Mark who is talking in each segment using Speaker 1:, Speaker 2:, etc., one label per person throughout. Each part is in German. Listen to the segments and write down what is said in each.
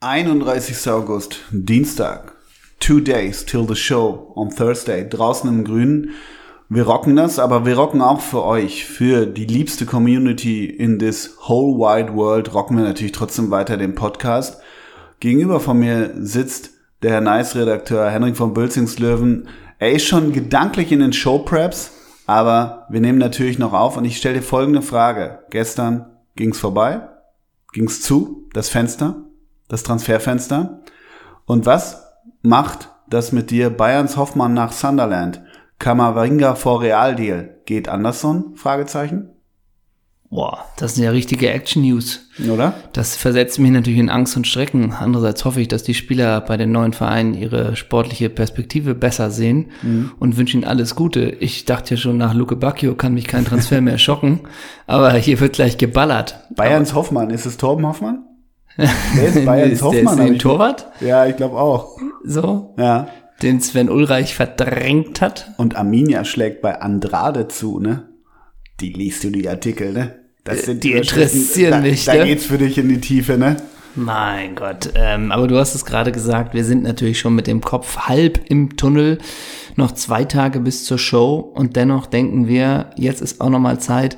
Speaker 1: 31. August, Dienstag. Two days till the show on Thursday. Draußen im Grünen. Wir rocken das, aber wir rocken auch für euch, für die liebste Community in this whole wide world. Rocken wir natürlich trotzdem weiter den Podcast. Gegenüber von mir sitzt der Herr Nice-Redakteur Henrik von Bölzingslöwen. Er ist schon gedanklich in den Showpreps, aber wir nehmen natürlich noch auf und ich stelle dir folgende Frage. Gestern ging's vorbei, ging's zu, das Fenster, das Transferfenster. Und was macht das mit dir Bayerns Hoffmann nach Sunderland? Kamavinga vor Real Deal. Geht Anderson? Fragezeichen.
Speaker 2: Boah, das sind ja richtige Action-News.
Speaker 1: Oder?
Speaker 2: Das versetzt mich natürlich in Angst und Schrecken. Andererseits hoffe ich, dass die Spieler bei den neuen Vereinen ihre sportliche Perspektive besser sehen mhm. und wünsche ihnen alles Gute. Ich dachte ja schon, nach Luke Bacchio kann mich kein Transfer mehr schocken, aber hier wird gleich geballert.
Speaker 1: Bayerns aber Hoffmann, ist es Torben Hoffmann?
Speaker 2: Wer ist Bayerns ist, Hoffmann? Der ist den Torwart?
Speaker 1: Ja, ich glaube auch.
Speaker 2: So?
Speaker 1: Ja.
Speaker 2: Den Sven Ulreich verdrängt hat.
Speaker 1: Und Arminia schlägt bei Andrade zu, ne? Die liest du die Artikel, ne?
Speaker 2: Das sind Äh, die, die interessieren
Speaker 1: da,
Speaker 2: mich.
Speaker 1: Da, ne? geht's für dich in die Tiefe, ne?
Speaker 2: Mein Gott. Ähm, aber du hast es gerade gesagt, wir sind natürlich schon mit dem Kopf halb im Tunnel. Noch zwei Tage bis zur Show und dennoch denken wir, jetzt ist auch nochmal Zeit,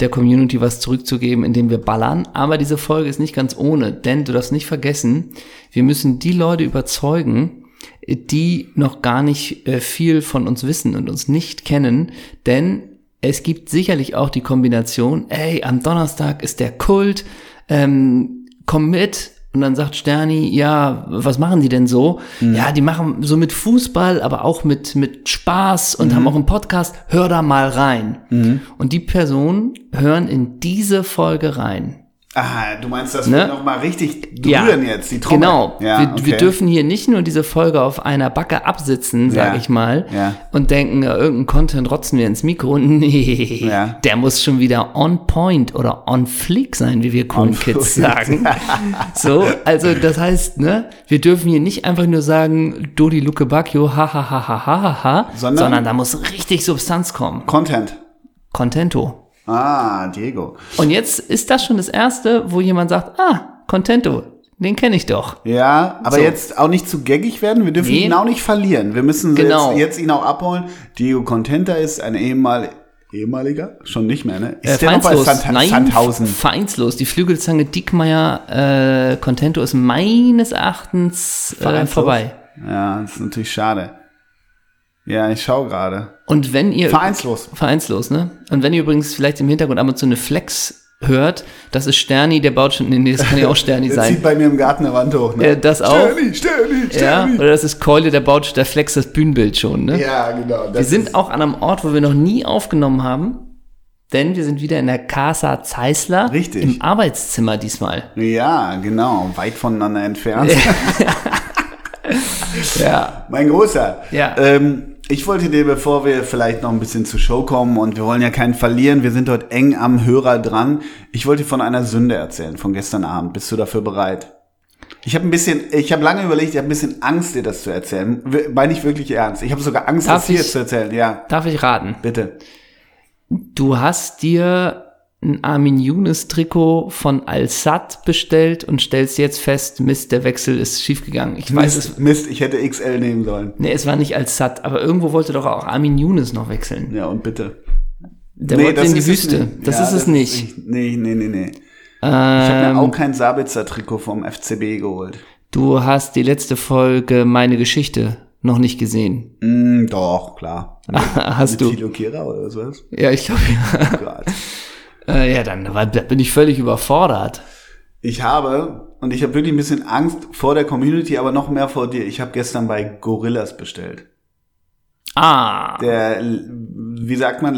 Speaker 2: der Community was zurückzugeben, indem wir ballern. Aber diese Folge ist nicht ganz ohne, denn du darfst nicht vergessen, wir müssen die Leute überzeugen, die noch gar nicht äh, viel von uns wissen und uns nicht kennen, denn es gibt sicherlich auch die Kombination, ey, am Donnerstag ist der Kult, ähm, komm mit. Und dann sagt Sterni, ja, was machen die denn so? Mhm. Ja, die machen so mit Fußball, aber auch mit, mit Spaß und mhm. haben auch einen Podcast. Hör da mal rein. Mhm. Und die Personen hören in diese Folge rein.
Speaker 1: Ah, du meinst, das ne? wir nochmal richtig drühren
Speaker 2: ja,
Speaker 1: jetzt, die Trommel.
Speaker 2: Genau. Ja, wir, okay. wir, dürfen hier nicht nur diese Folge auf einer Backe absitzen, sag ja, ich mal, ja. und denken, ja, irgendeinen Content rotzen wir ins Mikro. Nee, der muss schon wieder on point oder on fleek sein, wie wir coolen Kids sagen. so, also das heißt, ne, wir dürfen hier nicht einfach nur sagen, Dodi Luke Bacchio, ha, ha, ha, ha, ha, ha, sondern, sondern da muss richtig Substanz kommen.
Speaker 1: Content.
Speaker 2: Contento.
Speaker 1: Ah, Diego.
Speaker 2: Und jetzt ist das schon das erste, wo jemand sagt, ah, Contento, den kenne ich doch.
Speaker 1: Ja, aber so. jetzt auch nicht zu gaggig werden. Wir dürfen nee. ihn auch nicht verlieren. Wir müssen genau. jetzt, jetzt, ihn auch abholen. Diego Contenta ist ein ehemal ehemaliger, schon nicht mehr, ne?
Speaker 2: Ist äh, der feinslos. noch bei Sand Nein, Sandhausen? Vereinslos. Die Flügelzange Diekmeier äh, Contento ist meines Erachtens äh, feinslos. vorbei.
Speaker 1: Ja, das ist natürlich schade. Ja, ich schaue gerade.
Speaker 2: Und wenn ihr.
Speaker 1: Vereinslos.
Speaker 2: Vereinslos, ne? Und wenn ihr übrigens vielleicht im Hintergrund ab und zu eine Flex hört, das ist Sterni, der baut schon. Nee, das kann ja auch Sterni
Speaker 1: der
Speaker 2: sein.
Speaker 1: Der zieht bei mir im Garten eine Wand hoch, ne?
Speaker 2: Äh, das auch.
Speaker 1: Sterni, Sterni,
Speaker 2: Sterni. Ja, oder das ist Keule, der baut, der flext das Bühnenbild schon, ne?
Speaker 1: Ja, genau.
Speaker 2: Wir sind auch an einem Ort, wo wir noch nie aufgenommen haben. Denn wir sind wieder in der Casa Zeisler.
Speaker 1: Richtig.
Speaker 2: Im Arbeitszimmer diesmal.
Speaker 1: Ja, genau. Weit voneinander
Speaker 2: Äh.
Speaker 1: entfernt.
Speaker 2: ja.
Speaker 1: Mein Großer.
Speaker 2: Ja.
Speaker 1: Ähm, ich wollte dir, bevor wir vielleicht noch ein bisschen zur Show kommen und wir wollen ja keinen verlieren, wir sind heute eng am Hörer dran. Ich wollte von einer Sünde erzählen von gestern Abend. Bist du dafür bereit? Ich habe ein bisschen, ich habe lange überlegt, ich habe ein bisschen Angst, dir das zu erzählen. Meine ich wirklich ernst. Ich habe sogar Angst, das
Speaker 2: darf
Speaker 1: hier zu erzählen. Ja.
Speaker 2: Darf ich raten?
Speaker 1: Bitte.
Speaker 2: Du hast dir ein Armin Younes Trikot von Al-Sad bestellt und stellst jetzt fest, Mist, der Wechsel ist schiefgegangen. Ich weiß
Speaker 1: Mist, Mist, ich hätte XL nehmen sollen.
Speaker 2: Nee, es war nicht Al-Sad, aber irgendwo wollte doch auch Armin Younes noch wechseln.
Speaker 1: Ja, und bitte.
Speaker 2: Der nee, wollte in die Wüste. Das ja, ist es das nicht. Äh, Ähm. Ist,
Speaker 1: nee, nee, nee, nee. Ähm, ich habe mir auch kein Sabitzer Trikot vom FCB geholt.
Speaker 2: Du hast die letzte Folge meine Geschichte noch nicht gesehen.
Speaker 1: Mm, doch, klar.
Speaker 2: hast
Speaker 1: Mit
Speaker 2: du?
Speaker 1: Tilo Kira oder sowas?
Speaker 2: Ja, ich glaube ja. Oh Gott ja, dann bin ich völlig überfordert.
Speaker 1: Ich habe, und ich habe wirklich ein bisschen Angst vor der Community, aber noch mehr vor dir. Ich habe gestern bei Gorillas bestellt.
Speaker 2: Ah.
Speaker 1: Der, wie sagt man,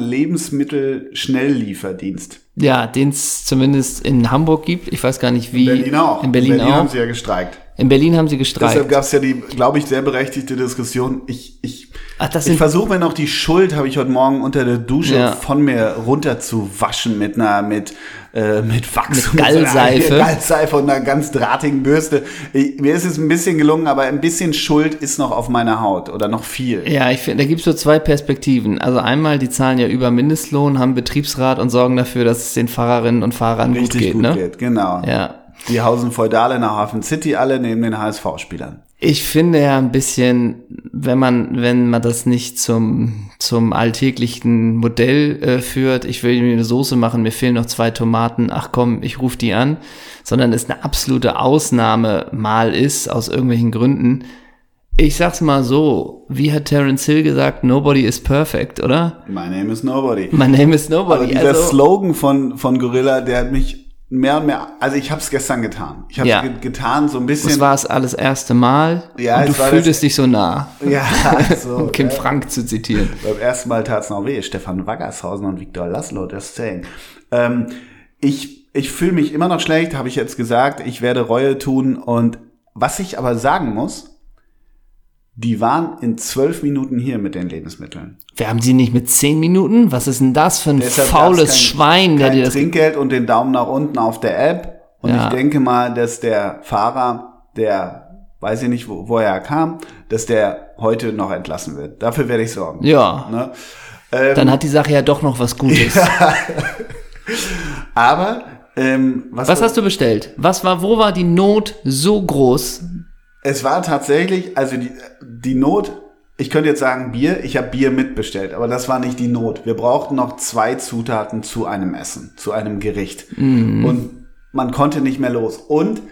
Speaker 1: Lebensmittel-Schnelllieferdienst.
Speaker 2: Ja, den es zumindest in Hamburg gibt. Ich weiß gar nicht wie.
Speaker 1: In Berlin auch.
Speaker 2: In Berlin, in Berlin
Speaker 1: haben sie ja gestreikt.
Speaker 2: In Berlin haben sie gestreikt.
Speaker 1: Deshalb gab es ja die, glaube ich, sehr berechtigte Diskussion. Ich, ich,
Speaker 2: Ach, das
Speaker 1: ich versuche mir noch die Schuld, habe ich heute Morgen unter der Dusche
Speaker 2: Ja.
Speaker 1: von mir runter zu waschen mit einer, mit, äh, mit Wachs
Speaker 2: Mit Gallseife.
Speaker 1: und einer, Gallseife und einer ganz drahtigen Bürste. Ich, mir ist es ein bisschen gelungen, aber ein bisschen Schuld ist noch auf meiner Haut oder noch viel.
Speaker 2: Ja, ich finde, da gibt es so zwei Perspektiven. Also einmal, die zahlen ja über Mindestlohn, haben Betriebsrat und sorgen dafür, dass es den Fahrerinnen und Fahrern
Speaker 1: Richtig
Speaker 2: gut geht. ne?
Speaker 1: geht, genau.
Speaker 2: Ja.
Speaker 1: Die hausen feudal in der Hafen City alle neben den HSV-Spielern.
Speaker 2: Ich finde ja ein bisschen, wenn man, wenn man das nicht zum, zum alltäglichen Modell äh, führt, ich will mir eine Soße machen, mir fehlen noch zwei Tomaten, ach komm, ich rufe die an, sondern es eine absolute Ausnahme mal ist, aus irgendwelchen Gründen. Ich sag's mal so, wie hat Terence Hill gesagt, nobody is perfect, oder?
Speaker 1: My name is nobody.
Speaker 2: My name is
Speaker 1: Aber
Speaker 2: nobody.
Speaker 1: dieser
Speaker 2: Also,
Speaker 1: Slogan von, von Gorilla, der hat mich mehr und mehr, also ich habe es gestern getan. Ich habe
Speaker 2: Ja.
Speaker 1: ge getan so ein
Speaker 2: es
Speaker 1: bisschen.
Speaker 2: war es alles erste Mal
Speaker 1: Ja,
Speaker 2: und du
Speaker 1: es war das-
Speaker 2: fühltest dich so nah,
Speaker 1: ja, so,
Speaker 2: um Kim
Speaker 1: ja.
Speaker 2: Frank zu zitieren.
Speaker 1: Beim ersten Mal tat's noch weh. Stefan Waggershausen und Viktor Laszlo, das Zählen. Ähm, ich ich fühle mich immer noch schlecht, habe ich jetzt gesagt. Ich werde Reue tun. Und was ich aber sagen muss, die waren in zwölf Minuten hier mit den Lebensmitteln.
Speaker 2: Wir haben sie nicht mit zehn Minuten? Was ist denn das für ein
Speaker 1: Deshalb
Speaker 2: faules
Speaker 1: gab's kein-
Speaker 2: Schwein, der
Speaker 1: kein
Speaker 2: dir das
Speaker 1: Trinkgeld und den Daumen nach unten auf der App. Und
Speaker 2: Ja.
Speaker 1: ich denke mal, dass der Fahrer, der weiß ich nicht, wo, woher er kam, dass der heute noch entlassen wird. Dafür werde ich sorgen.
Speaker 2: Ja,
Speaker 1: Ne?
Speaker 2: dann hat die Sache ja doch noch was Gutes.
Speaker 1: Aber ähm, was,
Speaker 2: Was hast du bestellt? Was war, wo war die Not so groß?
Speaker 1: es war tatsächlich, also die, die Not, ich könnte jetzt sagen Bier, ich habe Bier mitbestellt, aber das war nicht die Not. Wir brauchten noch zwei Zutaten zu einem Essen, zu einem Gericht. Und man konnte nicht mehr los. Und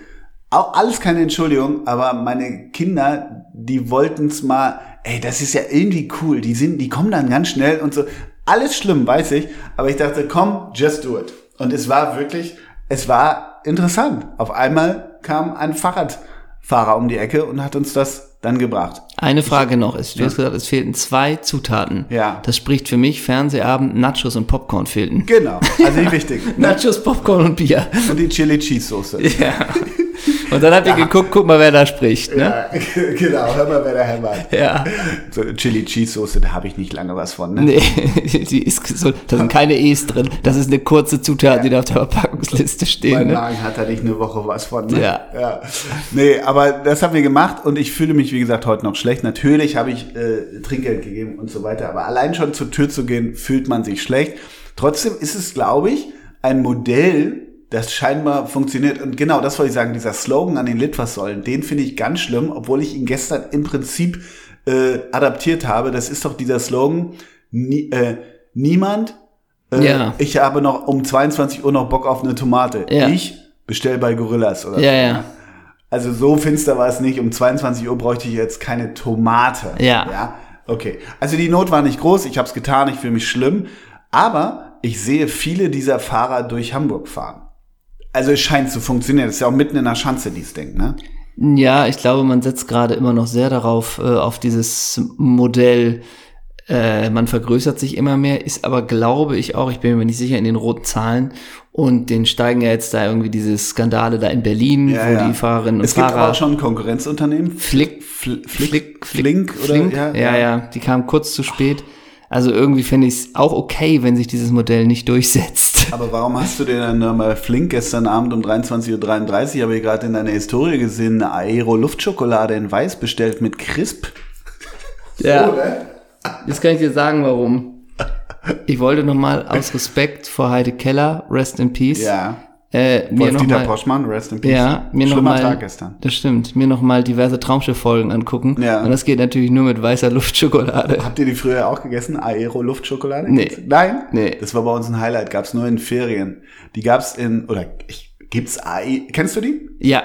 Speaker 1: auch alles keine Entschuldigung, aber meine Kinder, die wollten's mal, ey, das ist ja irgendwie cool, die sind, die kommen dann ganz schnell und so. Alles schlimm, weiß ich, aber ich dachte, komm, just do it. Und es war wirklich, es war interessant. Auf einmal kam ein Fahrradfahrer um die Ecke und hat uns das dann gebracht.
Speaker 2: Eine Frage noch ist, du hast gesagt, es fehlten zwei Zutaten.
Speaker 1: Ja.
Speaker 2: Das spricht für mich, Fernsehabend, Nachos und Popcorn fehlten.
Speaker 1: Genau, also die wichtig. ne?
Speaker 2: Nachos, Popcorn und Bier.
Speaker 1: Und die Chili Cheese Soße.
Speaker 2: Ja. Und dann habt ihr geguckt, guck mal, wer da spricht, ne?
Speaker 1: Ja, genau, hör mal, wer da hämmert.
Speaker 2: Ja.
Speaker 1: So eine Chili Cheese Soße, da habe ich nicht lange was von. Ne?
Speaker 2: Nee, die ist gesund. Da sind keine E's drin. Das ist eine kurze Zutat, die da auf der Verpackungsliste steht,
Speaker 1: Mein
Speaker 2: ne?
Speaker 1: Magen hat da nicht eine Woche was von. Ne?
Speaker 2: Ja.
Speaker 1: ja. Nee, aber das haben wir gemacht und ich fühle mich, wie gesagt, heute noch schlecht. Natürlich habe ich äh, Trinkgeld gegeben und so weiter, aber allein schon zur Tür zu gehen, fühlt man sich schlecht. Trotzdem ist es, glaube ich, ein Modell, das scheinbar funktioniert. Und genau das wollte ich sagen, dieser Slogan an den Litfaßsäulen, den finde ich ganz schlimm, obwohl ich ihn gestern im Prinzip äh, adaptiert habe. Das ist doch dieser Slogan, nie, äh, niemand äh,
Speaker 2: Ja.
Speaker 1: Ich habe noch um 22 Uhr noch Bock auf eine Tomate.
Speaker 2: Ja.
Speaker 1: Ich bestell bei Gorillas oder
Speaker 2: Ja,
Speaker 1: so.
Speaker 2: ja.
Speaker 1: Also so finster war es nicht. Um 22 Uhr bräuchte ich jetzt keine Tomate.
Speaker 2: Ja.
Speaker 1: ja? Okay. Also die Not war nicht groß. Ich habe es getan. Ich fühle mich schlimm. Aber ich sehe viele dieser Fahrer durch Hamburg fahren. Also es scheint zu funktionieren. Das ist ja auch mitten in der Schanze, dieses Ding, ne?
Speaker 2: Ja, ich glaube, man setzt gerade immer noch sehr darauf, äh, auf dieses Modell. Äh, man vergrößert sich immer mehr, ist aber, glaube ich auch, ich bin mir nicht sicher, in den roten Zahlen. Und den steigen ja jetzt da irgendwie diese Skandale da in Berlin,
Speaker 1: Ja,
Speaker 2: wo
Speaker 1: ja.
Speaker 2: die Fahrerinnen und
Speaker 1: Es gibt
Speaker 2: Fahrer.
Speaker 1: aber auch schon ein Konkurrenzunternehmen.
Speaker 2: Flick,
Speaker 1: Fl
Speaker 2: Flick,
Speaker 1: Flick, Flink, oder?
Speaker 2: Flink? Ja, ja, die kam kurz zu spät. Also irgendwie fände ich es auch okay, wenn sich dieses Modell nicht durchsetzt.
Speaker 1: Aber warum hast du denn dann nochmal flink gestern Abend um 23.33 Uhr, habe ich gerade in deiner Historie gesehen, eine Aero-Luftschokolade in Weiß bestellt mit Crisp?
Speaker 2: ja.
Speaker 1: Oder?
Speaker 2: Jetzt kann ich dir sagen, warum. Ich wollte nochmal aus Respekt vor Heide Keller, Rest in Peace,
Speaker 1: Ja.
Speaker 2: äh, mir
Speaker 1: Wolf-Dieter
Speaker 2: nochmal,
Speaker 1: Poschmann, rest in peace.
Speaker 2: ja, mir noch
Speaker 1: Schlimmer
Speaker 2: mal,
Speaker 1: Tag gestern.
Speaker 2: das stimmt, mir nochmal diverse Traumschiff-Folgen angucken.
Speaker 1: Ja.
Speaker 2: Und das geht natürlich nur mit weißer Luftschokolade.
Speaker 1: Habt ihr die früher auch gegessen? Aero-Luftschokolade?
Speaker 2: Nee.
Speaker 1: Gibt's- Nein?
Speaker 2: Nee.
Speaker 1: Das war bei uns ein Highlight, gab's nur in Ferien. Die gab's in, oder ich, gibt's AE, kennst du die?
Speaker 2: Ja,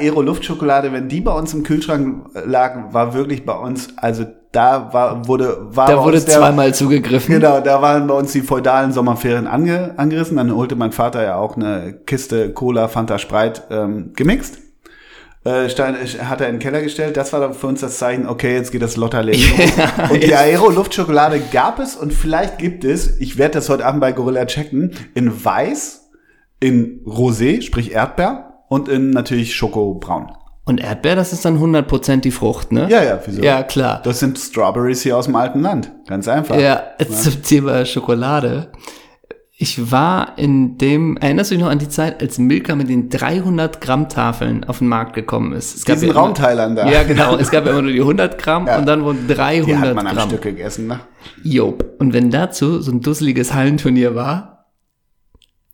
Speaker 1: Aero-Luftschokolade, wenn die bei uns im Kühlschrank lag, war wirklich bei uns, also da war, wurde, war
Speaker 2: da
Speaker 1: bei
Speaker 2: wurde
Speaker 1: uns der-
Speaker 2: zweimal zugegriffen.
Speaker 1: Genau, da waren bei uns die feudalen Sommerferien ange angerissen. Dann holte mein Vater ja auch eine Kiste Cola, Fanta, Spreit ähm, gemixt. Äh, stand, hat er in den Keller gestellt. Das war dann für uns das Zeichen, okay, jetzt geht das Lotterleben los. Und die Aero-Luftschokolade gab es und vielleicht gibt es, ich werde das heute Abend bei Gorilla checken, in Weiß, in Rosé, sprich Erdbeer und in natürlich Schokobraun.
Speaker 2: Und Erdbeer, das ist dann 100% die Frucht, ne?
Speaker 1: Ja, ja, wieso?
Speaker 2: Ja, klar.
Speaker 1: Das sind Strawberries hier aus dem alten Land. Ganz einfach.
Speaker 2: Ja, zum Thema Schokolade. Ich war in dem, erinnerst du dich noch an die Zeit, als Milka mit den 300 Gramm Tafeln auf den Markt gekommen ist? Es
Speaker 1: Diesen
Speaker 2: ja immer-
Speaker 1: Raumteilern da.
Speaker 2: Ja, genau. Es gab ja immer nur die 100 Gramm
Speaker 1: Ja.
Speaker 2: und dann wurden
Speaker 1: Die hat
Speaker 2: 300
Speaker 1: man am
Speaker 2: Gramm.
Speaker 1: Stück gegessen, ne?
Speaker 2: Job. Und wenn dazu so ein dusseliges Hallenturnier war,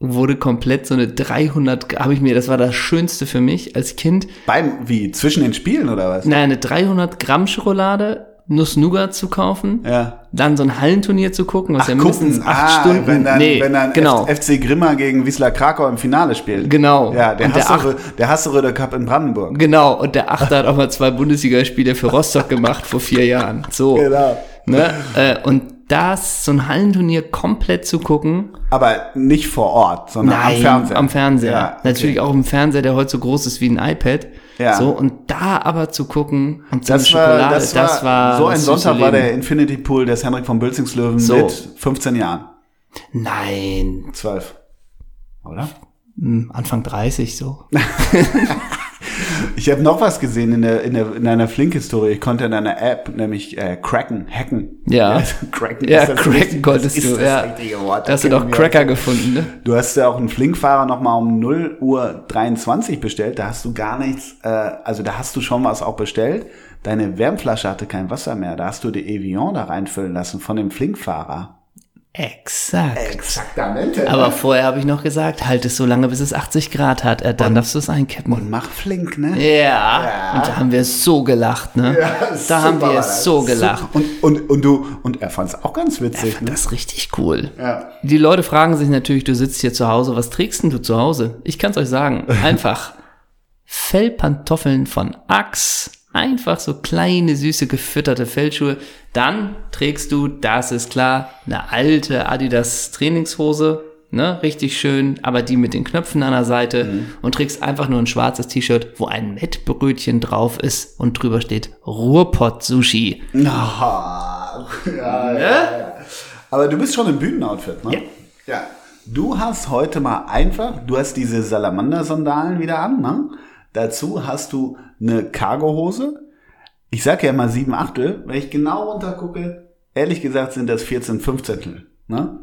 Speaker 2: wurde komplett so eine 300, habe ich mir, das war das Schönste für mich als Kind.
Speaker 1: Beim, wie, zwischen den Spielen oder was?
Speaker 2: Nein, eine 300 Gramm Schokolade, Nuss Nougat zu kaufen,
Speaker 1: Ja.
Speaker 2: dann so ein Hallenturnier zu gucken, was ja mindestens
Speaker 1: Gucken,
Speaker 2: acht
Speaker 1: ah,
Speaker 2: Stunden,
Speaker 1: wenn dann,
Speaker 2: nee,
Speaker 1: wenn dann
Speaker 2: genau,
Speaker 1: F- FC Grimma gegen Wisla Krakau im Finale spielt.
Speaker 2: Genau.
Speaker 1: Ja, der
Speaker 2: Und der
Speaker 1: Hasserö- der Hasseröder Cup in Brandenburg.
Speaker 2: genau. Und der Achter hat auch mal zwei Bundesligaspiele für Rostock gemacht vor vier Jahren. So,
Speaker 1: Genau.
Speaker 2: ne? äh, und das, so ein Hallenturnier komplett zu gucken,
Speaker 1: Aber nicht vor Ort, sondern am Fernseher.
Speaker 2: Am Fernseher.
Speaker 1: Ja,
Speaker 2: Natürlich auch im Fernseher, der heute so groß ist wie ein iPad.
Speaker 1: Ja.
Speaker 2: So, und da aber zu gucken und so eine
Speaker 1: Das war,
Speaker 2: Schokolade,
Speaker 1: das war, so ein
Speaker 2: das süße
Speaker 1: Sonntag war
Speaker 2: Leben.
Speaker 1: der Infinity Pool des Henrik von Bülzingslöwen
Speaker 2: So.
Speaker 1: mit 15 Jahren.
Speaker 2: Nein,
Speaker 1: 12. Oder?
Speaker 2: hm, Anfang 30 so.
Speaker 1: Ich habe noch was gesehen in, der, in, der, in einer Flink-Historie. Ich konnte in einer App nämlich äh, cracken, hacken. Also
Speaker 2: Ja.
Speaker 1: cracken
Speaker 2: Ja,
Speaker 1: ist das
Speaker 2: cracken
Speaker 1: richtig-
Speaker 2: konntest
Speaker 1: ist
Speaker 2: du,
Speaker 1: Das
Speaker 2: ja.
Speaker 1: richtige Wort.
Speaker 2: Da hast du doch
Speaker 1: Kennen wir
Speaker 2: Cracker gefunden, ne?
Speaker 1: Du hast ja auch einen Flinkfahrer nochmal um 0 Uhr 23 bestellt. Da hast du gar nichts, äh, also da hast du schon was auch bestellt. Deine Wärmflasche hatte kein Wasser mehr. Da hast du die Evian da reinfüllen lassen von dem Flinkfahrer.
Speaker 2: Exakt.
Speaker 1: Exaktamente.
Speaker 2: Aber vorher habe ich noch gesagt, halt es so lange, bis es 80 Grad hat. Äh, dann darfst du es einkippen.
Speaker 1: Mach Flink, ne?
Speaker 2: ja. Und da haben wir so gelacht, ne? da haben wir so gelacht.
Speaker 1: Und, und, und du, und er fand es auch ganz
Speaker 2: Ich
Speaker 1: witzig.
Speaker 2: fand
Speaker 1: Ne?
Speaker 2: das richtig cool.
Speaker 1: Ja.
Speaker 2: Die Leute fragen sich natürlich, du sitzt hier zu Hause, was trägst denn du zu Hause? Ich kann's euch sagen, einfach Fellpantoffeln von Axe, einfach so kleine, süße, gefütterte Fellschuhe. Dann trägst du, das ist klar, eine alte Adidas Trainingshose, ne, richtig schön, aber die mit den Knöpfen an der Seite
Speaker 1: Mhm.
Speaker 2: und trägst einfach nur ein schwarzes T-Shirt, wo ein Mettbrötchen drauf ist und drüber steht Ruhrpott-Sushi.
Speaker 1: Ah, ja, ja, ja. Aber du bist schon im Bühnenoutfit, ne?
Speaker 2: Ja.
Speaker 1: ja. Du hast heute mal einfach, du hast diese Salamander-Sandalen wieder an, ne? Dazu hast du eine Cargohose. Ich sag ja immer sieben Achtel. Wenn ich genau runter gucke, ehrlich gesagt sind das 14 Fünfzehntel, ne?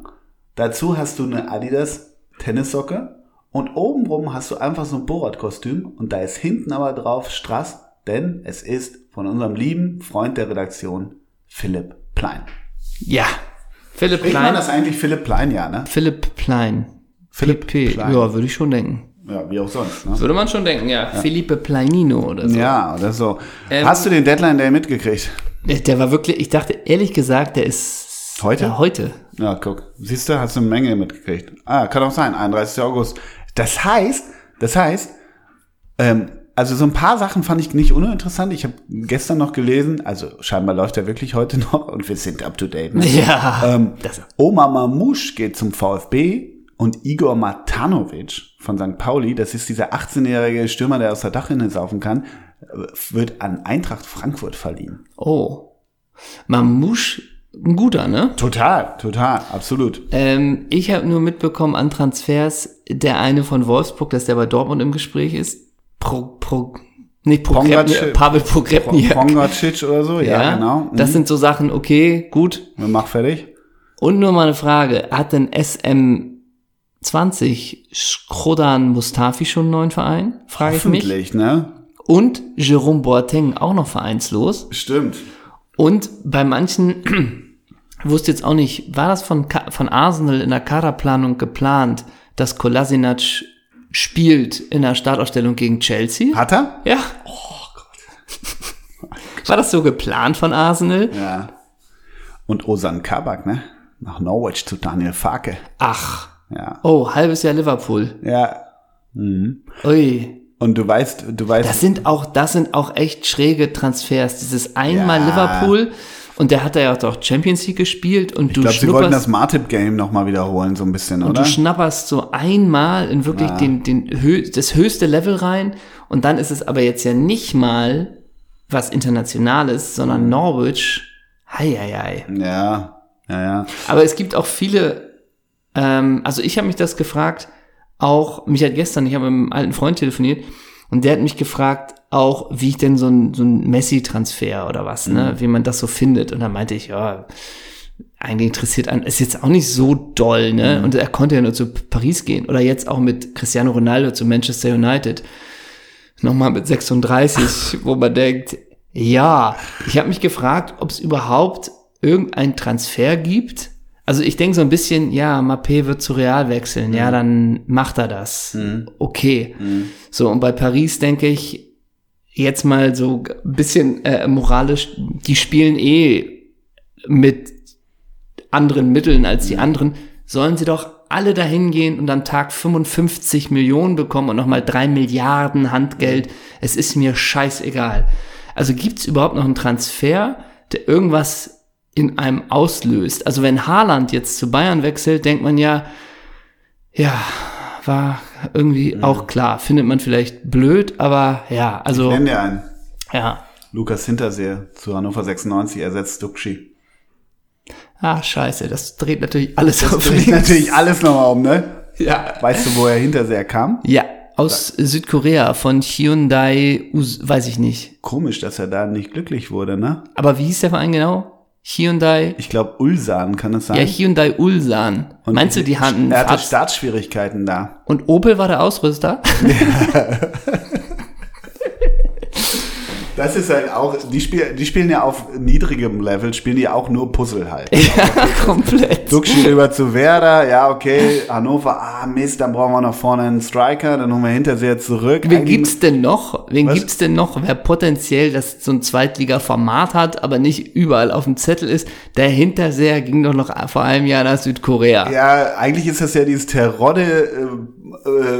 Speaker 1: Dazu hast du eine Adidas Tennissocke und obenrum hast du einfach so ein Borat-Kostüm und da ist hinten aber drauf Strass, denn es ist von unserem lieben Freund der Redaktion Philipp Plein.
Speaker 2: Ja, Philipp
Speaker 1: Ich meine
Speaker 2: Klein.
Speaker 1: das eigentlich Philipp Plein, ja, ne?
Speaker 2: Philipp Plein.
Speaker 1: Philipp
Speaker 2: PP.
Speaker 1: Plein.
Speaker 2: Ja, würde ich schon denken.
Speaker 1: Ja, wie auch sonst, ne?
Speaker 2: Würde man schon denken, ja. Philippe Pleinino oder so.
Speaker 1: Ja, oder so.
Speaker 2: Ähm,
Speaker 1: hast du den Deadline Day mitgekriegt?
Speaker 2: Der war wirklich, ich dachte ehrlich gesagt, der ist
Speaker 1: Heute?
Speaker 2: Ja, heute.
Speaker 1: Ja, guck. Siehst du, hast du eine Menge mitgekriegt. Ah, kann auch sein, 31. August. Das heißt, das heißt, ähm, also so ein paar Sachen fand ich nicht uninteressant. Ich habe gestern noch gelesen, also scheinbar läuft er wirklich heute noch und wir sind up to date. Ne?
Speaker 2: Ja.
Speaker 1: Ähm,
Speaker 2: das,
Speaker 1: Omar Mamouche geht zum VfB und Igor Matanovic von St. Pauli, das ist dieser 18-jährige Stürmer, der aus der Dachrinne saufen kann, äh, wird an Eintracht Frankfurt verliehen.
Speaker 2: oh. Mamouche, ein guter, ne?
Speaker 1: Total, total, absolut.
Speaker 2: Ähm, ich habe nur mitbekommen an Transfers, der eine von Wolfsburg, dass der bei Dortmund im Gespräch ist. Pro, pro, nicht Progrebny,
Speaker 1: Pongracic.
Speaker 2: Pavel Progrebny.
Speaker 1: Pongracic oder so, ja, genau. Mhm.
Speaker 2: Das sind so Sachen, okay, gut,
Speaker 1: Ja, Mach fertig.
Speaker 2: Und nur mal eine Frage, hat denn SM20 Schrodan Mustafi schon einen neuen Verein? Frage ich mich.
Speaker 1: Hoffentlich, ne?
Speaker 2: Und Jerome Boateng auch noch vereinslos.
Speaker 1: Stimmt.
Speaker 2: Und bei manchen, wusste jetzt auch nicht, war das von, Ka- von Arsenal in der Kaderplanung geplant, dass Kolasinac spielt in der Startaufstellung gegen Chelsea?
Speaker 1: Hat er?
Speaker 2: ja. Oh Gott. War das so geplant von Arsenal?
Speaker 1: Ja. Und Osan Kabak, ne? Nach Norwich zu Daniel Farke.
Speaker 2: Ach.
Speaker 1: Ja.
Speaker 2: Oh, halbes Jahr Liverpool.
Speaker 1: Ja.
Speaker 2: Ui.
Speaker 1: Und du weißt, du weißt.
Speaker 2: Das sind auch, das sind auch echt schräge Transfers. Dieses einmal
Speaker 1: Ja.
Speaker 2: Liverpool und der hat da ja auch Champions League gespielt und
Speaker 1: ich
Speaker 2: du
Speaker 1: glaube, sie wollten das
Speaker 2: schnupperst,
Speaker 1: Martip-Game nochmal wiederholen, so ein bisschen,
Speaker 2: und
Speaker 1: oder?
Speaker 2: du schnapperst so einmal in wirklich den, den hö das höchste Level rein und dann ist es aber jetzt ja nicht mal was Internationales, sondern
Speaker 1: Mhm.
Speaker 2: Norwich. Hei, hei, hei.
Speaker 1: Ja. Ja, ja.
Speaker 2: Aber es gibt auch viele, ähm, also ich habe mich das gefragt, auch, mich hat gestern, ich habe mit einem alten Freund telefoniert und der hat mich gefragt, auch wie ich denn so ein, so ein Messi-Transfer oder was, ne, wie man das so findet. Und dann meinte ich, ja, eigentlich interessiert an, ist jetzt auch nicht so doll, ne? Und er konnte ja nur zu Paris gehen. Oder jetzt auch mit Cristiano Ronaldo zu Manchester United. Nochmal mit 36, wo man denkt, ja, ich habe mich gefragt, ob es überhaupt irgendeinen Transfer gibt. also ich denke so ein bisschen, ja, Mappé wird zu Real wechseln, ja, dann macht er das. Okay. So, und bei Paris denke ich, jetzt mal so ein bisschen äh, moralisch, die spielen eh mit anderen Mitteln als
Speaker 1: Mhm.
Speaker 2: die anderen, sollen sie doch alle dahin gehen und am Tag 55 Millionen bekommen und nochmal drei Milliarden
Speaker 1: Mhm.
Speaker 2: Handgeld. Es ist mir scheißegal. Also gibt's überhaupt noch einen Transfer, der irgendwas in einem auslöst? Also wenn Haaland jetzt zu Bayern wechselt, denkt man ja, ja, war irgendwie
Speaker 1: Mhm.
Speaker 2: auch klar. Findet man vielleicht blöd, aber ja, also
Speaker 1: Nenn dir einen.
Speaker 2: ja.
Speaker 1: Lukas Hinterseer zu Hannover 96 ersetzt Duxi.
Speaker 2: Ah, scheiße, das dreht natürlich alles auf
Speaker 1: Dreht
Speaker 2: links.
Speaker 1: natürlich alles nochmal um, ne?
Speaker 2: Ja.
Speaker 1: Weißt du, woher Hinterseer kam?
Speaker 2: Ja, aus Südkorea, von Hyundai, Us weiß ich nicht.
Speaker 1: Komisch, dass er da nicht glücklich wurde, ne?
Speaker 2: Aber wie hieß der Verein genau? Hyundai,
Speaker 1: Ich glaube, Ulsan kann es sein.
Speaker 2: ja, Hyundai Ulsan.
Speaker 1: Und
Speaker 2: Meinst du, die hatten
Speaker 1: Er hatte
Speaker 2: Fahrt-
Speaker 1: Startschwierigkeiten da.
Speaker 2: Und Opel war der Ausrüster?
Speaker 1: Das ist halt auch, die, spiel, die spielen ja auf niedrigem Level, spielen ja auch nur Puzzle halt.
Speaker 2: ja, komplett.
Speaker 1: Duxi rüber zu Werder, ja, okay, Hannover, ah, Mist, dann brauchen wir noch vorne einen Striker, dann holen wir Hinterseher zurück.
Speaker 2: Wen
Speaker 1: Eigentlich-
Speaker 2: gibt's denn noch? Wen
Speaker 1: Was?
Speaker 2: gibt's denn noch, wer potenziell das so ein Zweitliga-Format hat, aber nicht überall auf dem Zettel ist? Der Hinterseher ging doch noch vor einem Jahr nach Südkorea.
Speaker 1: Ja, eigentlich ist das ja dieses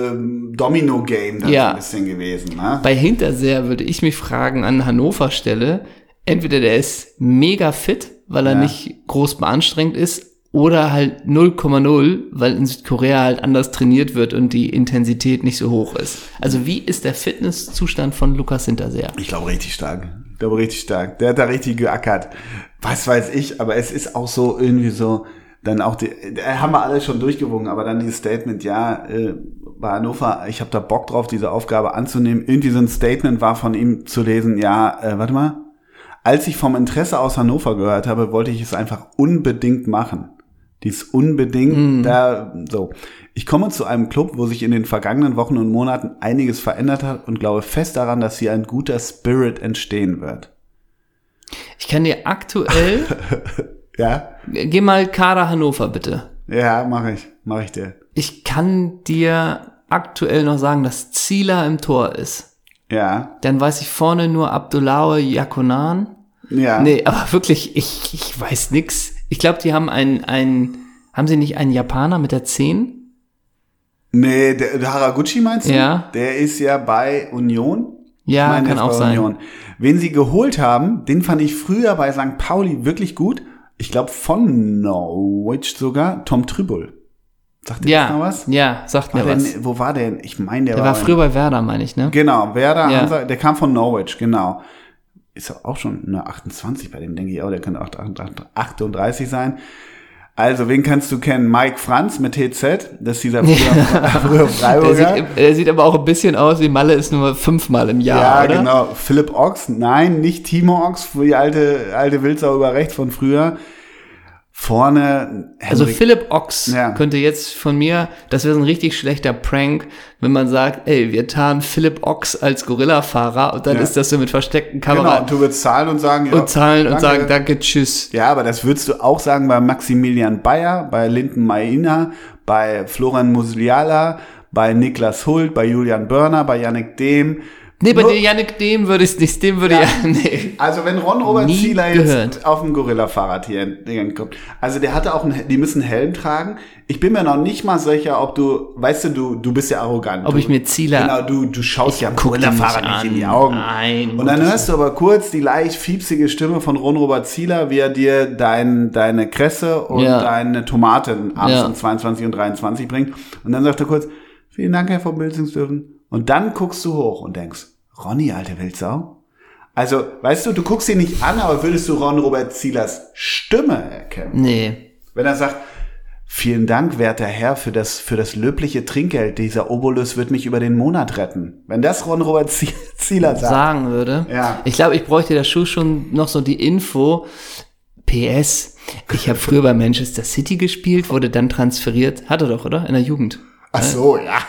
Speaker 1: Terodde-Domino-Game dann
Speaker 2: Ja.
Speaker 1: so ein bisschen gewesen. Ne?
Speaker 2: Bei Hinterseher würde ich mich fragen an Hannover Stelle, entweder der ist mega fit, weil er
Speaker 1: Ja.
Speaker 2: nicht groß beanstrengt ist, oder halt 0,0, weil in Südkorea halt anders trainiert wird und die Intensität nicht so hoch ist. Also wie ist der Fitnesszustand von Lukas Hinterseher?
Speaker 1: Ich glaube richtig stark. Ich glaube richtig stark. Der hat da richtig geackert. Was weiß ich, aber es ist auch so irgendwie so, dann auch die, da haben wir alle schon durchgewogen, aber dann dieses Statement, ja, äh, bei Hannover, ich habe da Bock drauf, diese Aufgabe anzunehmen. Irgendwie so ein Statement war von ihm zu lesen, ja, äh, warte mal. Als ich vom Interesse aus Hannover gehört habe, wollte ich es einfach unbedingt machen. Dies
Speaker 2: Mhm.
Speaker 1: unbedingt da so. Ich komme zu einem Club, wo sich in den vergangenen Wochen und Monaten einiges verändert hat und glaube fest daran, dass hier ein guter Spirit entstehen wird.
Speaker 2: Ich kann dir aktuell,
Speaker 1: Ja,
Speaker 2: geh mal Kader Hannover bitte.
Speaker 1: ja, mache ich, mache ich dir.
Speaker 2: Ich kann dir aktuell noch sagen, dass Zieler im Tor ist.
Speaker 1: Ja,
Speaker 2: Dann weiß ich vorne nur Abdullahi Yakonan.
Speaker 1: ja.
Speaker 2: Nee, aber wirklich, ich, ich weiß nix. Ich glaube, die haben einen, einen, haben sie nicht einen Japaner mit der 10?
Speaker 1: Nee, der, der Haraguchi meinst du?
Speaker 2: Ja.
Speaker 1: Der ist ja bei Union.
Speaker 2: Ja,
Speaker 1: Ich meine,
Speaker 2: kann
Speaker 1: der ist
Speaker 2: auch
Speaker 1: bei
Speaker 2: sein.
Speaker 1: Wen sie geholt haben, den fand ich früher bei St. Pauli wirklich gut. Ich glaube von Norwich sogar, Tom Trübel. Sagt dir das
Speaker 2: Ja,
Speaker 1: noch was?
Speaker 2: ja, sagt
Speaker 1: War
Speaker 2: mir
Speaker 1: der,
Speaker 2: was.
Speaker 1: Wo war der? denn? Ich meine, der,
Speaker 2: Der war
Speaker 1: in-
Speaker 2: früher bei Werder, meine ich, ne?
Speaker 1: Genau, Werder,
Speaker 2: Ja.
Speaker 1: Hansa, der kam von Norwich, genau. Ist ja auch schon eine 28, bei dem denke ich auch, der könnte auch 38 sein. Also, wen kannst du kennen? Mike Franz mit TZ, das ist dieser früher, früher
Speaker 2: Der
Speaker 1: Freiburger.
Speaker 2: sieht, der sieht aber auch ein bisschen aus wie Malle ist nur fünfmal im Jahr,
Speaker 1: Ja,
Speaker 2: oder?
Speaker 1: genau. Philipp Ochs, nein, nicht Timo Ochs, die alte, alte Wildsau über rechts von früher. Vorne,
Speaker 2: Also
Speaker 1: Henrik-
Speaker 2: Philipp Ochs
Speaker 1: Ja.
Speaker 2: könnte jetzt von mir, das wäre so ein richtig schlechter Prank, wenn man sagt, ey, wir tarnen Philipp Ochs als Gorilla-Fahrer und dann
Speaker 1: Ja.
Speaker 2: ist das so mit versteckten
Speaker 1: genau,
Speaker 2: Kamera
Speaker 1: und du würdest zahlen und sagen, ja,
Speaker 2: und zahlen und
Speaker 1: danke.
Speaker 2: sagen, danke, tschüss.
Speaker 1: Ja, aber das würdest du auch sagen bei Maximilian Bayer, bei Linden Maina, bei Florian Musiala, bei Niklas Hult, bei Julian Börner, bei Yannick Dehm.
Speaker 2: Nee, bei
Speaker 1: Nur-
Speaker 2: dem Janik, dem würde ich nicht, dem würde ja, nee.
Speaker 1: Also wenn Ron Robert
Speaker 2: Nie
Speaker 1: Zieler
Speaker 2: gehört.
Speaker 1: jetzt auf dem Gorilla-Fahrrad hier in- hier kommt. Also der hatte auch einen, die müssen einen Helm tragen. Ich bin mir noch nicht mal sicher, ob du, weißt du, du, du bist ja arrogant.
Speaker 2: Ob
Speaker 1: du,
Speaker 2: ich mir Zieler-
Speaker 1: Genau, du, du schaust ja am
Speaker 2: guck den
Speaker 1: Gorilla-Fahrrad
Speaker 2: nicht
Speaker 1: nicht in die
Speaker 2: an.
Speaker 1: Augen.
Speaker 2: Nein,
Speaker 1: Und dann
Speaker 2: Gottes
Speaker 1: hörst du aber kurz die leicht fiepsige Stimme von Ron Robert Zieler, wie er dir dein, deine Kresse und
Speaker 2: Ja.
Speaker 1: deine Tomaten abends
Speaker 2: Ja.
Speaker 1: um 22 und 23 bringt. Und dann sagt er kurz, vielen Dank, Herr von Bilzingsdürfen. Und dann guckst du hoch und denkst, Ronny, alte Wildsau, also, weißt du, du guckst ihn nicht an, aber würdest du Ron Robert Zielers Stimme erkennen?
Speaker 2: Nee.
Speaker 1: Wenn er sagt, vielen Dank, werter Herr, für das, für das löbliche Trinkgeld. Dieser Obolus wird mich über den Monat retten. Wenn das Ron Robert Zie- Zieler sagt.
Speaker 2: sagen würde.
Speaker 1: Ja.
Speaker 2: Ich glaube, ich bräuchte da schon- schon noch so die Info. PS, ich habe früher bei Manchester City gespielt, wurde dann transferiert. Hatte doch, oder? In der Jugend.
Speaker 1: Ach so, ja.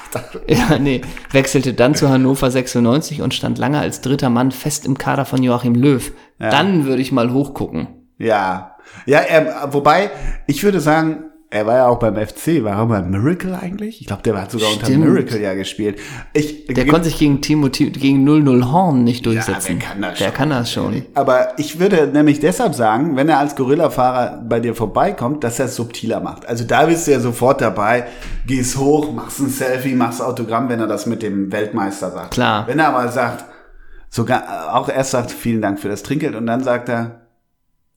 Speaker 2: Ja, nee. Wechselte dann zu Hannover 96 und stand lange als dritter Mann fest im Kader von Joachim Löw. Dann würde ich mal hochgucken.
Speaker 1: Ja. Ja, er, wobei, ich würde sagen, er war ja auch beim FC, war er beim Miracle eigentlich? Ich glaube, der hat sogar unter
Speaker 2: Stimmt.
Speaker 1: Miracle ja gespielt. Ich,
Speaker 2: Der konnte sich gegen Timo, Ti- gegen 0-0 Horn nicht durchsetzen.
Speaker 1: wer kann das
Speaker 2: der
Speaker 1: schon?
Speaker 2: kann das schon.
Speaker 1: aber ich würde nämlich deshalb sagen, wenn er als Gorilla-Fahrer bei dir vorbeikommt, dass er es subtiler macht. Also da bist du ja sofort dabei, gehst hoch, machst ein Selfie, machst Autogramm, wenn er das mit dem Weltmeister sagt.
Speaker 2: Klar.
Speaker 1: Wenn er aber sagt, sogar äh, auch erst sagt, vielen Dank für das Trinkgeld und dann sagt er,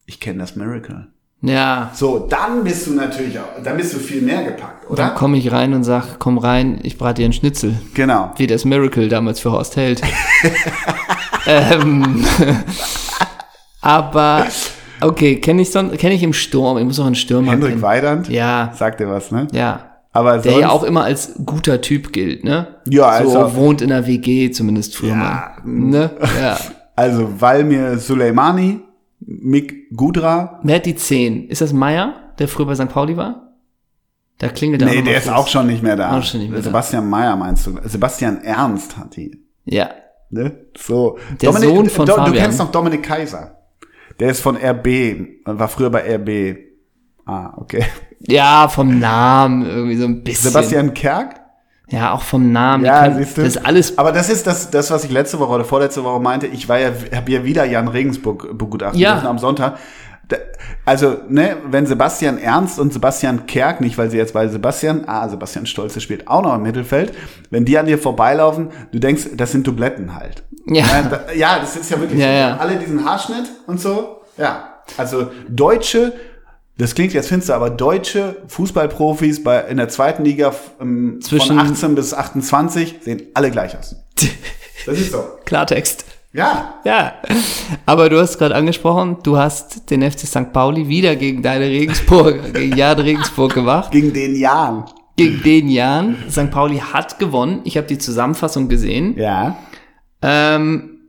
Speaker 1: ich kenne das Miracle.
Speaker 2: Ja,
Speaker 1: So, dann bist du natürlich auch, dann bist du viel mehr gepackt, oder?
Speaker 2: dann komme ich rein und sag, komm rein, ich brate dir einen Schnitzel.
Speaker 1: Genau.
Speaker 2: Wie das Miracle damals für Horst Held. ähm, aber, okay, kenne ich, son- kenn ich im Sturm. Ich muss auch einen Stürmer
Speaker 1: Hendrik
Speaker 2: kennen.
Speaker 1: Weidand,
Speaker 2: Ja,
Speaker 1: sagt dir was, ne?
Speaker 2: ja.
Speaker 1: Aber
Speaker 2: Der
Speaker 1: sonst,
Speaker 2: ja auch immer als guter Typ gilt, ne?
Speaker 1: Ja,
Speaker 2: So
Speaker 1: also- hm.
Speaker 2: wohnt in der WG zumindest früher mal. Ne? Ja.
Speaker 1: also Valmir Suleimani, Mick Gudra,
Speaker 2: Wer hat die 10? Ist das Meier, der früher bei St. Pauli war? Da klingelt er
Speaker 1: nee,
Speaker 2: noch mal
Speaker 1: der ist
Speaker 2: kurz.
Speaker 1: auch schon nicht mehr da.
Speaker 2: Auch schon nicht mehr da.
Speaker 1: Sebastian Mayer meinst du? Sebastian Ernst hat die,
Speaker 2: Ja.
Speaker 1: ne? So.
Speaker 2: Der Sohn von
Speaker 1: Do, Du
Speaker 2: Fabian.
Speaker 1: kennst noch Dominik Kaiser. Der ist von RB, war früher bei RB. Ah, okay.
Speaker 2: Ja, vom Namen irgendwie so ein bisschen.
Speaker 1: Sebastian Kerk?
Speaker 2: Ja, auch vom Namen.
Speaker 1: Ja,
Speaker 2: Die können-
Speaker 1: siehst du.
Speaker 2: Das ist alles.
Speaker 1: Aber das ist das, das, was ich letzte Woche oder vorletzte Woche meinte. Ich war ja, habe ja wieder Jan Regensburg begutachtet
Speaker 2: Ja.
Speaker 1: dürfen am Sonntag. Da- Also, ne, wenn Sebastian Ernst und Sebastian Kerk, nicht weil sie jetzt bei Sebastian, ah, Sebastian Stolze spielt auch noch im Mittelfeld, wenn die an dir vorbeilaufen, du denkst, das sind Dubletten halt.
Speaker 2: Ja.
Speaker 1: Ja, da, ja das ist ja wirklich
Speaker 2: Ja,
Speaker 1: so.
Speaker 2: ja.
Speaker 1: alle diesen Haarschnitt und so. Ja. Also Deutsche, das klingt jetzt finster, aber deutsche Fußballprofis bei, in der zweiten Liga f- ähm,
Speaker 2: Zwischen-
Speaker 1: von 18 bis 28 sehen alle gleich aus. Das ist so.
Speaker 2: Klartext.
Speaker 1: Ja.
Speaker 2: Ja. Aber du hast gerade angesprochen, du hast den FC St. Pauli wieder gegen deine Regensburg, gegen Jan Regensburg gemacht.
Speaker 1: Gegen den Jan.
Speaker 2: Gegen den Jan. St. Pauli hat gewonnen. Ich habe die Zusammenfassung gesehen.
Speaker 1: Ja.
Speaker 2: Ähm,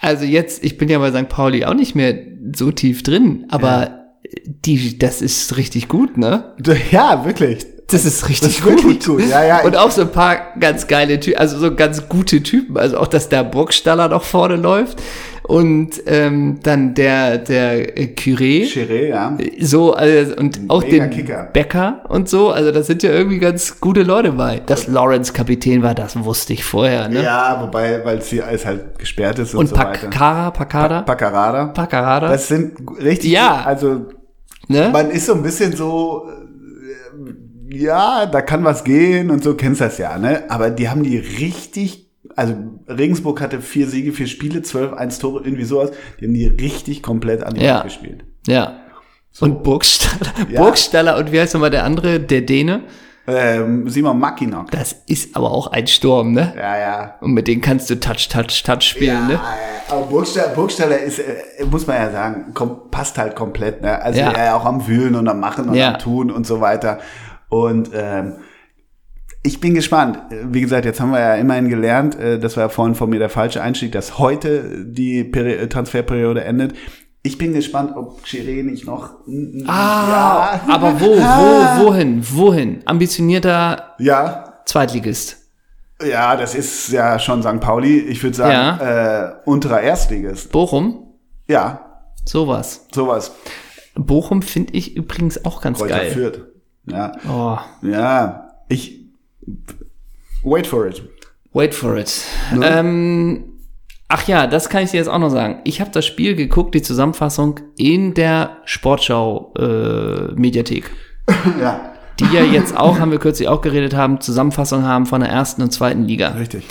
Speaker 2: also jetzt, ich bin ja bei St. Pauli auch nicht mehr so tief drin, aber die, das ist richtig gut, ne?
Speaker 1: D- Ja, wirklich.
Speaker 2: Das ist richtig
Speaker 1: ist
Speaker 2: gut.
Speaker 1: wirklich gut, ja, ja.
Speaker 2: Und auch so ein paar ganz geile Typen, also so ganz gute Typen. Also auch, dass der Brockstaller noch vorne läuft und ähm, dann der, der äh, Curé.
Speaker 1: Chiré, ja.
Speaker 2: So, also, und auch
Speaker 1: Mega
Speaker 2: den
Speaker 1: Kicker.
Speaker 2: Becker und so. Also da sind ja irgendwie ganz gute Leute bei. Dass Lawrence Kapitän war, das wusste ich vorher, ne?
Speaker 1: Ja, wobei, weil es hier alles halt gesperrt ist und,
Speaker 2: und
Speaker 1: so weiter.
Speaker 2: Pakara, Pakada,
Speaker 1: Pacarada.
Speaker 2: Pakarada.
Speaker 1: Das sind gu- richtig,
Speaker 2: Ja.
Speaker 1: also
Speaker 2: ne?
Speaker 1: man ist so ein bisschen so, äh, ja, da kann was gehen und so, kennst das ja, ne? Aber die haben die richtig, also Regensburg hatte vier Siege, vier Spiele, zwölf, eins Tore, irgendwie sowas. Die haben die richtig komplett an die
Speaker 2: Ja.
Speaker 1: Wand gespielt.
Speaker 2: Ja. Und Burgstaller,
Speaker 1: Ja.
Speaker 2: Burgstaller und wie heißt nochmal der andere? Der Däne.
Speaker 1: Ähm, Simon Mackinock.
Speaker 2: Das ist aber auch ein Sturm, ne?
Speaker 1: Ja, ja.
Speaker 2: Und mit denen kannst du Touch, Touch, Touch spielen, ne?
Speaker 1: Ah, ja. Aber Burgstaller, Burgstaller ist, äh, muss man ja sagen, kom passt halt komplett. Ne? Also
Speaker 2: Ja.
Speaker 1: ja. ja auch am Wühlen und am Machen und
Speaker 2: Ja.
Speaker 1: am Tun und so weiter. Und ähm, ich bin gespannt. Wie gesagt, jetzt haben wir ja immerhin gelernt, äh, das war ja vorhin von mir der falsche Einstieg, dass heute die Peri Transferperiode endet. Ich bin gespannt, ob Chiré nicht noch.
Speaker 2: Ah, aber wo, wo, wohin, wohin? Ambitionierter
Speaker 1: Ja. ja,
Speaker 2: Zweitligist.
Speaker 1: ja, das ist ja schon St. Pauli. Ich würde sagen, äh, unterer Erstligist.
Speaker 2: Bochum,
Speaker 1: Ja,
Speaker 2: sowas.
Speaker 1: sowas.
Speaker 2: Bochum finde ich übrigens auch ganz
Speaker 1: Kräuter
Speaker 2: geil.
Speaker 1: führt. Ja,
Speaker 2: Oh,
Speaker 1: ja, ich. Wait for it.
Speaker 2: wait for it. Ähm, ach ja, das kann ich dir jetzt auch noch sagen. Ich habe das Spiel geguckt, die Zusammenfassung in der Sportschau-Mediathek.
Speaker 1: Ja,
Speaker 2: die ja jetzt auch, haben wir kürzlich auch geredet haben, Zusammenfassung haben von der ersten und zweiten Liga.
Speaker 1: richtig.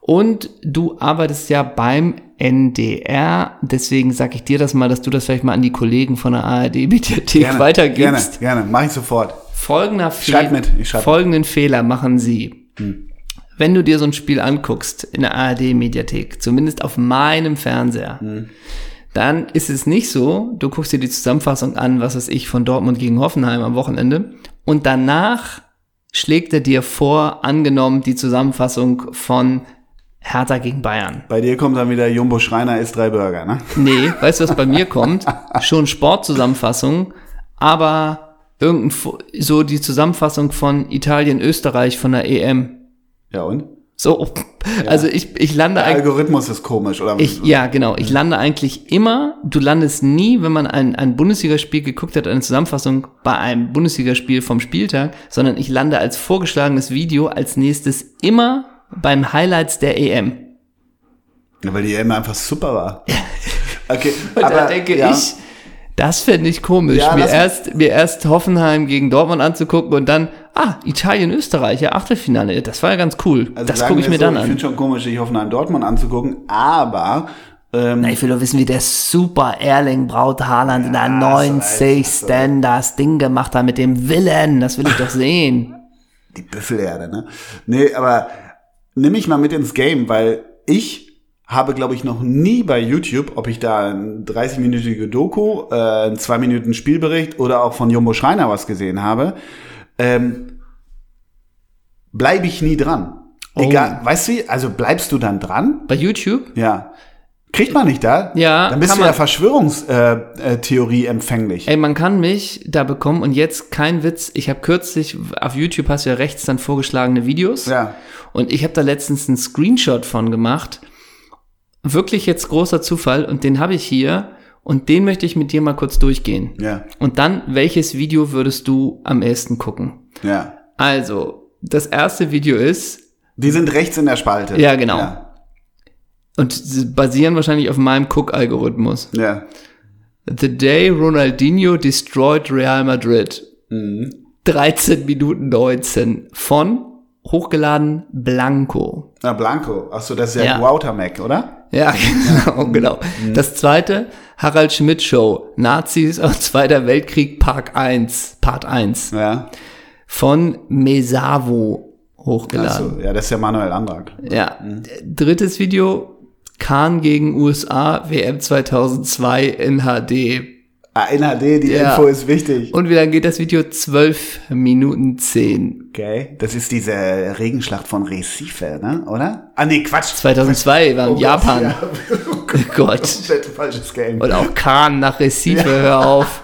Speaker 2: Und du arbeitest ja beim NDR, deswegen sage ich dir das mal, dass du das vielleicht mal an die Kollegen von der ARD-Mediathek weitergibst.
Speaker 1: Gerne, gerne. Mach ich sofort.
Speaker 2: Folgender Fe-
Speaker 1: Schreib mit, Hm. ich schreib
Speaker 2: folgenden Fehler machen sie. Wenn du dir so ein Spiel anguckst in der ARD-Mediathek, zumindest auf meinem Fernseher,
Speaker 1: Hm.
Speaker 2: dann ist es nicht so, du guckst dir die Zusammenfassung an, was weiß ich, von Dortmund gegen Hoffenheim am Wochenende und danach schlägt er dir vor, angenommen, die Zusammenfassung von Hertha gegen Bayern.
Speaker 1: Bei dir kommt dann wieder Jumbo Schreiner isst drei Burger, ne?
Speaker 2: Nee, weißt du, was bei mir kommt? Schon Sportzusammenfassung, aber irgendein, Fu- so die Zusammenfassung von Italien-Österreich von der EM.
Speaker 1: Ja und?
Speaker 2: E So, also ich, ich lande
Speaker 1: Der
Speaker 2: eigentlich.
Speaker 1: Algorithmus ist komisch, oder?
Speaker 2: Ich, ja, genau. Ich lande eigentlich immer, du landest nie, wenn man ein, ein Bundesligaspiel geguckt hat, eine Zusammenfassung bei einem Bundesligaspiel vom Spieltag, sondern ich lande als vorgeschlagenes Video als nächstes immer beim Highlights der E EM.
Speaker 1: Ja, Weil die EM einfach super war. Okay,
Speaker 2: Und
Speaker 1: aber
Speaker 2: da denke
Speaker 1: ja,
Speaker 2: ich, das fände ich komisch,
Speaker 1: Ja,
Speaker 2: mir,
Speaker 1: lass-
Speaker 2: erst, mir erst Hoffenheim gegen Dortmund anzugucken und dann, ah, Italien-Österreich, ja, Achtelfinale, das war ja ganz cool.
Speaker 1: also
Speaker 2: das
Speaker 1: sagen
Speaker 2: gucke ich
Speaker 1: wir
Speaker 2: mir
Speaker 1: so,
Speaker 2: dann
Speaker 1: Ich
Speaker 2: an.
Speaker 1: finde schon komisch, sich Hoffenheim Dortmund anzugucken, aber ähm,
Speaker 2: Na, ich will doch wissen, wie der super Erling Braut Haaland in der
Speaker 1: Ja, so
Speaker 2: 90. das Ding gemacht hat mit dem Willen. Das will ich doch sehen.
Speaker 1: die Büffelerde, ne? Nee, aber nimm mich mal mit ins Game, weil ich habe, glaube ich, noch nie bei YouTube, ob ich da ein 30-minütige Doku, äh, ein 2-Minuten-Spielbericht oder auch von Jumbo Schreiner was gesehen habe, ähm, bleibe ich nie dran.
Speaker 2: Oh.
Speaker 1: Egal, weißt du, wie? also bleibst du dann dran?
Speaker 2: Bei YouTube?
Speaker 1: Ja. Kriegt man nicht da?
Speaker 2: Ja,
Speaker 1: Dann bist
Speaker 2: kann
Speaker 1: du ja
Speaker 2: man.
Speaker 1: Verschwörungstheorie äh, Theorie empfänglich.
Speaker 2: Ey, man kann mich da bekommen und jetzt kein Witz. Ich habe kürzlich, auf YouTube hast du ja rechts dann vorgeschlagene Videos.
Speaker 1: Ja.
Speaker 2: Und ich habe da letztens einen Screenshot von gemacht. Wirklich jetzt großer Zufall und den habe ich hier und den möchte ich mit dir mal kurz durchgehen.
Speaker 1: Ja.
Speaker 2: Und dann, welches Video würdest du am ehesten gucken?
Speaker 1: Ja.
Speaker 2: Also, das erste Video ist,
Speaker 1: Die sind rechts in der Spalte.
Speaker 2: Ja, genau.
Speaker 1: Ja.
Speaker 2: Und sie basieren wahrscheinlich auf meinem Cook-Algorithmus.
Speaker 1: ja.
Speaker 2: The day Ronaldinho destroyed Real Madrid. 13 Minuten 19 von hochgeladen Blanco.
Speaker 1: Na, Blanco. Achso, das ist ja,
Speaker 2: Ja.
Speaker 1: Woutermack, oder?
Speaker 2: Ja, genau, genau. Das zweite, Harald Schmidt Show. Nazis aus Zweiter Weltkrieg Park 1, Part 1
Speaker 1: Ja.
Speaker 2: von Mesavo hochgeladen.
Speaker 1: Achso, ja, das ist ja Manuel Andrag.
Speaker 2: Ja. Drittes Video, Kahn gegen USA, WM 2002 in HD.
Speaker 1: Ah, in HD, die
Speaker 2: Ja.
Speaker 1: Info ist wichtig.
Speaker 2: Und wie lange geht das Video? 12 Minuten 10.
Speaker 1: Okay. Das ist diese Regenschlacht von Recife, ne? Oder? Ah, nee, Quatsch.
Speaker 2: 2002 war in Japan.
Speaker 1: Ja.
Speaker 2: Oh Gott.
Speaker 1: Komplett falsches Game.
Speaker 2: Und auch Kahn nach Recife, hör auf.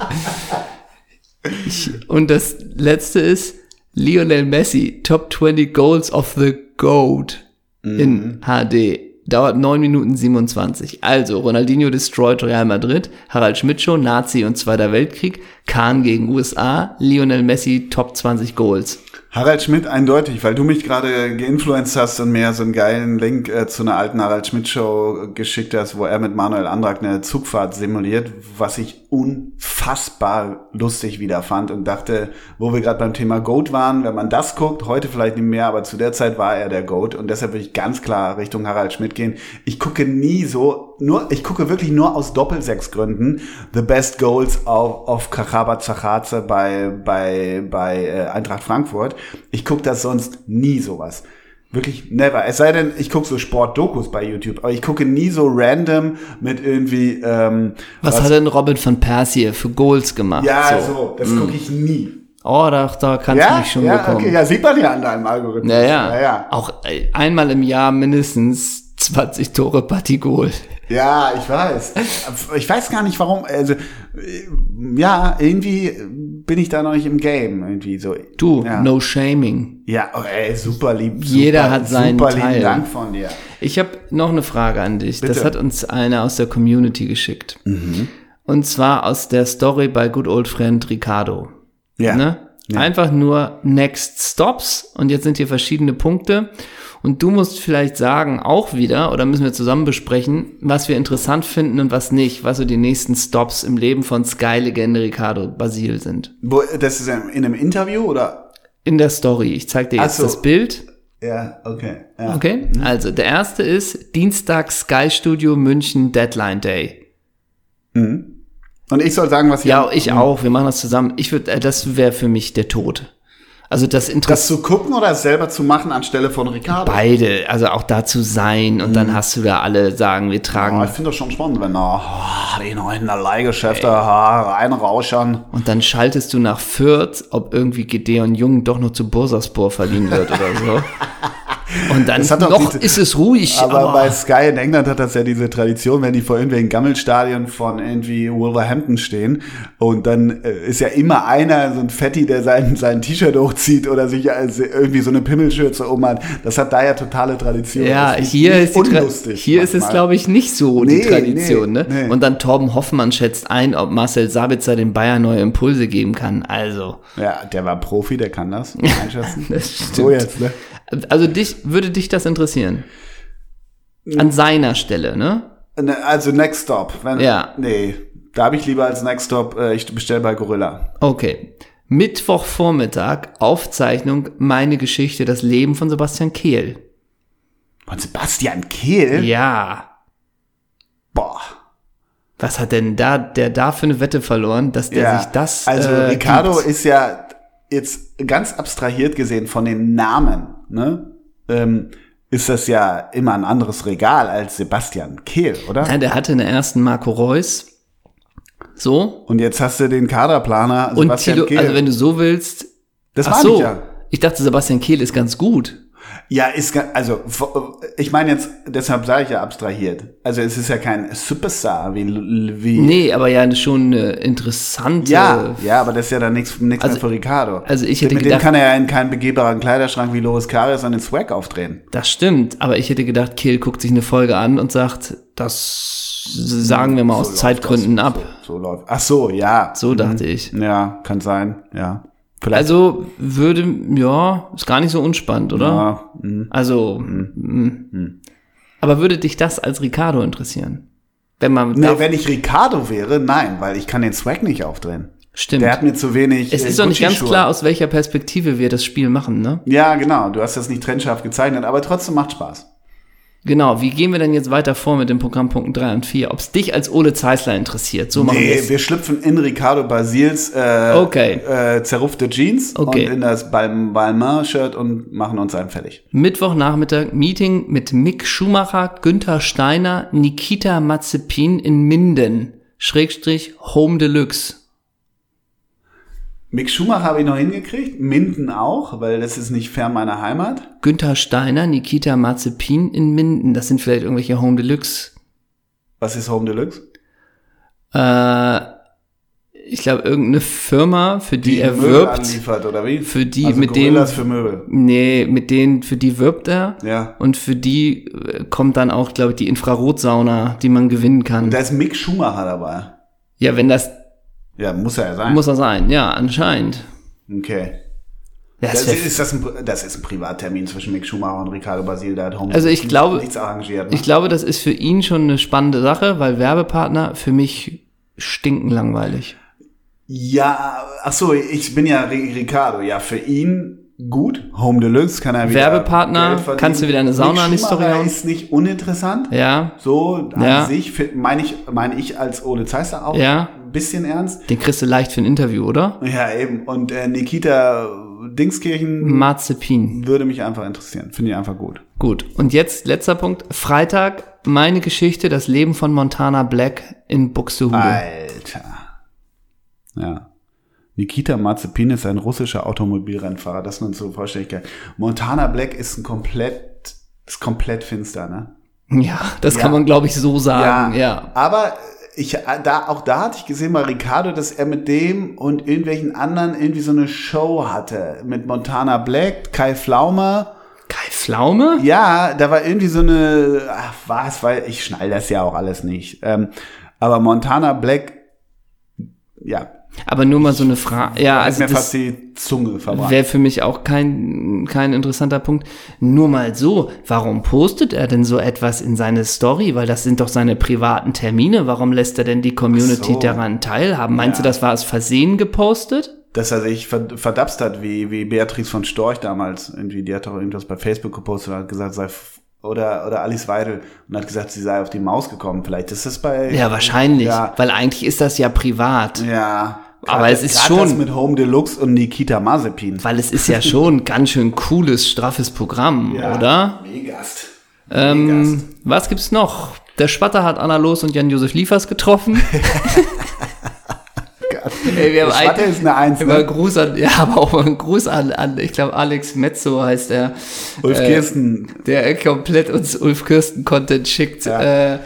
Speaker 2: Ich, und das letzte ist Lionel Messi, Top 20 Goals of the Goat
Speaker 1: Mhm.
Speaker 2: in HD. Dauert 9 Minuten 27. Also, Ronaldinho destroyed Real Madrid, Harald Schmidt Show, Nazi und Zweiter Weltkrieg, Kahn gegen USA, Lionel Messi, Top 20 Goals.
Speaker 1: Harald Schmidt eindeutig, weil du mich gerade geinfluenced hast und mir so einen geilen Link äh, zu einer alten Harald Schmidt Show geschickt hast, wo er mit Manuel Andrack eine Zugfahrt simuliert, was ich unfassbar lustig wieder fand und dachte, wo wir gerade beim Thema Goat waren, wenn man das guckt, heute vielleicht nicht mehr, aber zu der Zeit war er der Goat und deshalb würde ich ganz klar Richtung Harald Schmidt gehen. Ich gucke nie so, nur ich gucke wirklich nur aus Doppelsechs-Gründen The Best Goals auf, auf Kachaba Zachatze bei, bei, bei äh, Eintracht Frankfurt. Ich gucke das sonst nie sowas. Wirklich never. Es sei denn, ich gucke so Sportdokus bei YouTube, aber ich gucke nie so random mit irgendwie. Ähm,
Speaker 2: Was, hat denn Robin van Persie für Goals gemacht?
Speaker 1: ja, so, das
Speaker 2: Hm.
Speaker 1: gucke ich nie.
Speaker 2: Oh, da, da kannst du
Speaker 1: Ja,
Speaker 2: mich schon
Speaker 1: ja,
Speaker 2: bekommen.
Speaker 1: okay, ja, sieht man ja an deinem Algorithmus.
Speaker 2: Ja, ja.
Speaker 1: ja, ja.
Speaker 2: Auch äh, einmal im Jahr mindestens 20 Tore Partigol.
Speaker 1: Ja, ich weiß. Ich weiß gar nicht warum. Also äh, ja, irgendwie bin ich da noch nicht im Game irgendwie so.
Speaker 2: Du,
Speaker 1: ja.
Speaker 2: no shaming.
Speaker 1: Ja, oh, ey, super lieb.
Speaker 2: Jeder
Speaker 1: super,
Speaker 2: hat seinen
Speaker 1: super lieben
Speaker 2: Teil.
Speaker 1: Dank von dir.
Speaker 2: Ich habe noch eine Frage an dich.
Speaker 1: Bitte. Mhm.
Speaker 2: Das hat uns einer aus der Community geschickt. Und zwar aus der Story bei Good Old Friend Ricardo.
Speaker 1: Ja.
Speaker 2: Ne? Einfach nur Next Stops und jetzt sind hier verschiedene Punkte. Und du musst vielleicht sagen, auch wieder, oder müssen wir zusammen besprechen, was wir interessant finden und was nicht, was so die nächsten Stops im Leben von Sky-Legende Ricardo Basil sind.
Speaker 1: Wo, das ist in einem Interview oder?
Speaker 2: In der Story. Ich zeig dir
Speaker 1: Ach
Speaker 2: jetzt
Speaker 1: so. mhm.
Speaker 2: das Bild.
Speaker 1: Ja, okay. Ja.
Speaker 2: Okay. Also, der erste ist Dienstag Sky Studio München Deadline Day.
Speaker 1: Und ich soll sagen, was ich
Speaker 2: Ja, ich auch. Wir machen das zusammen. Ich würde, das wäre für mich der Tod. Also, das
Speaker 1: das
Speaker 2: interessiert
Speaker 1: zu gucken oder es selber zu machen anstelle von Ricardo.
Speaker 2: beide. Also, auch da zu sein. Und
Speaker 1: Mhm.
Speaker 2: dann hast du da alle sagen, wir
Speaker 1: Oh,
Speaker 2: tragen.
Speaker 1: ich finde das schon spannend, wenn da oh, die neuen Leihgeschäfte oh, reinrauschern.
Speaker 2: Und dann schaltest du nach Fürth, ob irgendwie Gedeon Jung doch noch zu Bursaspor verliehen wird oder so. Und dann
Speaker 1: Das hat doch
Speaker 2: noch
Speaker 1: diese-
Speaker 2: ist es ruhig,
Speaker 1: Aber
Speaker 2: aber,
Speaker 1: bei Sky in England hat das ja diese Tradition, wenn die vor irgendwelchen Gammelstadien von irgendwie Wolverhampton stehen und dann äh, ist ja immer einer, so ein Fetti, der sein, sein T-Shirt hochzieht oder sich als irgendwie so eine Pimmelschürze um hat. Das hat da ja totale Tradition.
Speaker 2: ja,
Speaker 1: Das
Speaker 2: hier
Speaker 1: nicht
Speaker 2: ist, die Tra-
Speaker 1: unlustig
Speaker 2: hier ist es,
Speaker 1: manchmal.
Speaker 2: glaube ich, nicht so
Speaker 1: Nee,
Speaker 2: die Tradition.
Speaker 1: nee,
Speaker 2: ne?
Speaker 1: nee.
Speaker 2: Und dann Torben Hoffmann schätzt ein, ob Marcel Sabitzer den Bayern neue Impulse geben kann. Also,
Speaker 1: Ja, der war Profi, der kann das einschätzen.
Speaker 2: das stimmt.
Speaker 1: so jetzt, ne?
Speaker 2: Also dich, würde dich das interessieren? An seiner Stelle, ne?
Speaker 1: Ne, Also Next Stop. Wenn,
Speaker 2: Ja.
Speaker 1: Nee, da habe ich lieber als Next Stop, äh, ich bestelle bei Gorilla.
Speaker 2: Okay. Mittwochvormittag, Aufzeichnung, meine Geschichte, das Leben von Sebastian Kehl.
Speaker 1: Und Sebastian Kehl?
Speaker 2: Ja.
Speaker 1: Boah.
Speaker 2: Was hat denn da, der da für eine Wette verloren, dass der sich das.
Speaker 1: Also
Speaker 2: äh,
Speaker 1: Ricardo
Speaker 2: gibt?
Speaker 1: ist ja jetzt ganz abstrahiert gesehen von den Namen, ne? Ähm, ist das ja immer ein anderes Regal als Sebastian Kehl, oder?
Speaker 2: Nein, der hatte in der ersten Marco Reus. So.
Speaker 1: Und jetzt hast du den Kaderplaner
Speaker 2: Und
Speaker 1: Sebastian
Speaker 2: Tilo,
Speaker 1: Kehl.
Speaker 2: also wenn du so willst.
Speaker 1: das
Speaker 2: Ach
Speaker 1: war
Speaker 2: so.
Speaker 1: nicht ja.
Speaker 2: Ich dachte, Sebastian Kehl ist ganz gut.
Speaker 1: Ja, ist ga- also v- ich meine jetzt, deshalb sage ich ja abstrahiert. Also es ist ja kein Superstar wie L- wie
Speaker 2: Nee, aber ja schon eine interessante
Speaker 1: Ja, ja, aber das ist ja dann nichts nichts
Speaker 2: Also-
Speaker 1: mehr für Ricardo.
Speaker 2: also ich hätte
Speaker 1: Mit
Speaker 2: gedacht-
Speaker 1: dem kann er ja in keinen begehbaren Kleiderschrank wie Loris Karius an den Swag aufdrehen.
Speaker 2: Das stimmt, aber ich hätte gedacht, Kehl guckt sich eine Folge an und sagt, das sagen wir mal aus
Speaker 1: läuft
Speaker 2: Zeitgründen
Speaker 1: das. Mhm.
Speaker 2: ab.
Speaker 1: So, so läuft. Ach so, ja.
Speaker 2: So dachte ich.
Speaker 1: Ja, kann sein, ja. Vielleicht.
Speaker 2: Also würde, ja, ist gar nicht so unspannend, oder?
Speaker 1: ja, mhm.
Speaker 2: Also, mm. aber würde dich das als Ricardo interessieren? Wenn man,
Speaker 1: nee,
Speaker 2: darf,
Speaker 1: wenn ich Ricardo wäre, nein, weil ich kann den Swag nicht aufdrehen.
Speaker 2: stimmt.
Speaker 1: Der hat mir zu wenig.
Speaker 2: es
Speaker 1: äh,
Speaker 2: ist doch nicht ganz
Speaker 1: Gucci-Schuhe.
Speaker 2: klar, aus welcher Perspektive wir das Spiel machen, ne?
Speaker 1: Ja, genau. Du hast das nicht trennscharf gezeichnet, aber trotzdem macht Spaß.
Speaker 2: Genau, wie gehen wir denn jetzt weiter vor mit den Programmpunkten 3 und 4? Ob es dich als Ole Zeisler interessiert, so machen
Speaker 1: Nee,
Speaker 2: wir's.
Speaker 1: wir schlüpfen in Ricardo Basils äh,
Speaker 2: Okay.
Speaker 1: äh, zerrufte Jeans
Speaker 2: Okay.
Speaker 1: und in das Balmain-Shirt und machen uns einen fertig.
Speaker 2: Mittwochnachmittag Meeting mit Mick Schumacher, Günther Steiner, Nikita Mazepin in Minden. Schrägstrich Home Deluxe.
Speaker 1: Mick Schumacher habe ich noch hingekriegt, Minden auch, weil das ist nicht fern meiner Heimat.
Speaker 2: Günther Steiner, Nikita Mazepin in Minden. Das sind vielleicht irgendwelche Home Deluxe.
Speaker 1: Was ist Home Deluxe?
Speaker 2: Äh, ich glaube, irgendeine Firma, für die, er
Speaker 1: Möbel
Speaker 2: wirbt.
Speaker 1: anliefert, oder wie?
Speaker 2: Für die,
Speaker 1: also
Speaker 2: mit denen.
Speaker 1: Gorillas für Möbel.
Speaker 2: Nee, mit denen, für die wirbt er.
Speaker 1: Ja.
Speaker 2: Und für die äh, kommt dann auch, glaube ich, die Infrarotsauna, die man gewinnen kann.
Speaker 1: Da ist Mick Schumacher dabei.
Speaker 2: Ja, wenn das
Speaker 1: Ja, muss er ja sein.
Speaker 2: muss er sein. Ja, anscheinend.
Speaker 1: okay.
Speaker 2: Das
Speaker 1: Das
Speaker 2: wär
Speaker 1: ist, ist das, ein, das ist ein Privattermin zwischen Mick Schumacher und Ricardo Basil. Da hat Home
Speaker 2: Also ich glaube-
Speaker 1: nichts arrangiert. Ne?
Speaker 2: Ich glaube, das ist für ihn schon eine spannende Sache, weil Werbepartner für mich stinken langweilig.
Speaker 1: ja, ach so, ich bin ja Ri- Ricardo. Ja, für ihn gut. Home Deluxe kann er wieder
Speaker 2: Werbepartner,
Speaker 1: Geld verdienen.
Speaker 2: kannst du wieder eine Sauna an die
Speaker 1: Mick
Speaker 2: Story
Speaker 1: Schumacher
Speaker 2: hauen?
Speaker 1: ist nicht uninteressant.
Speaker 2: Ja,
Speaker 1: So an
Speaker 2: Ja.
Speaker 1: sich fi- meine ich, meine ich als Ole Zeisser auch
Speaker 2: Ja.
Speaker 1: ein bisschen ernst.
Speaker 2: den kriegst du leicht für ein Interview, oder?
Speaker 1: Ja, eben. Und äh, Nikita Dingskirchen
Speaker 2: Marzipin.
Speaker 1: würde mich einfach interessieren. Finde ich einfach gut.
Speaker 2: Gut. Und jetzt letzter Punkt. Freitag, meine Geschichte, das Leben von Montana Black in Buxtehude.
Speaker 1: Alter. Ja. Nikita Mazepin ist ein russischer Automobilrennfahrer, das nur zur Vollständigkeit. Montana Black ist ein komplett, ist komplett finster, ne?
Speaker 2: Ja, das
Speaker 1: Ja.
Speaker 2: kann man, glaube ich, so sagen. Ah, Ja.
Speaker 1: Aber ich, äh, da, auch da hatte ich gesehen bei Ricardo, dass er mit dem und irgendwelchen anderen irgendwie so eine Show hatte. Mit Montana Black, Kai Flaumer.
Speaker 2: Kai Pflaume?
Speaker 1: Ja, da war irgendwie so eine, ach was, weil ich schnall das ja auch alles nicht. Ähm, aber Montana Black, ja,
Speaker 2: Aber nur mal so eine Frage. Ja,
Speaker 1: also
Speaker 2: also
Speaker 1: mir
Speaker 2: das,
Speaker 1: fast die Zunge verbrannt.
Speaker 2: Wäre für mich auch kein, kein interessanter Punkt. Nur mal so, warum postet er denn so etwas in seine Story? Weil das sind doch seine privaten Termine. Warum lässt er denn die Community
Speaker 1: Ach so.
Speaker 2: daran teilhaben? Meinst
Speaker 1: Ja.
Speaker 2: du, das war aus Versehen gepostet?
Speaker 1: Dass er sich ver- verdapst hat, wie, wie Beatrice von Storch damals. Irgendwie, die hat doch irgendwas bei Facebook gepostet und hat gesagt, sei, f- oder, oder Alice Weidel und hat gesagt, sie sei auf die Maus gekommen. Vielleicht ist das bei.
Speaker 2: Ja, wahrscheinlich.
Speaker 1: Ja.
Speaker 2: Weil eigentlich ist das ja privat.
Speaker 1: ja.
Speaker 2: Aber
Speaker 1: Gerade-
Speaker 2: es ist
Speaker 1: gerade Das
Speaker 2: schon-
Speaker 1: mit Home Deluxe und Nikita Mazepin.
Speaker 2: Weil es ist ja schon ganz schön cooles, straffes Programm,
Speaker 1: Ja.
Speaker 2: oder?
Speaker 1: Megast. Megast.
Speaker 2: Ähm, was gibt's noch? Der Spatter hat Anna Los und Jan-Josef Liefers getroffen. Ey, wir haben
Speaker 1: Der Schwatte
Speaker 2: ein-
Speaker 1: ist eine Eins,
Speaker 2: Immer
Speaker 1: ne?
Speaker 2: Gruß an, ja, aber auch mal ein Gruß an, an ich glaube, Alex Mezzo heißt er, Äh,
Speaker 1: Ulf Kirsten,
Speaker 2: der komplett uns Ulf Kirsten-Content schickt.
Speaker 1: Ja.
Speaker 2: Äh,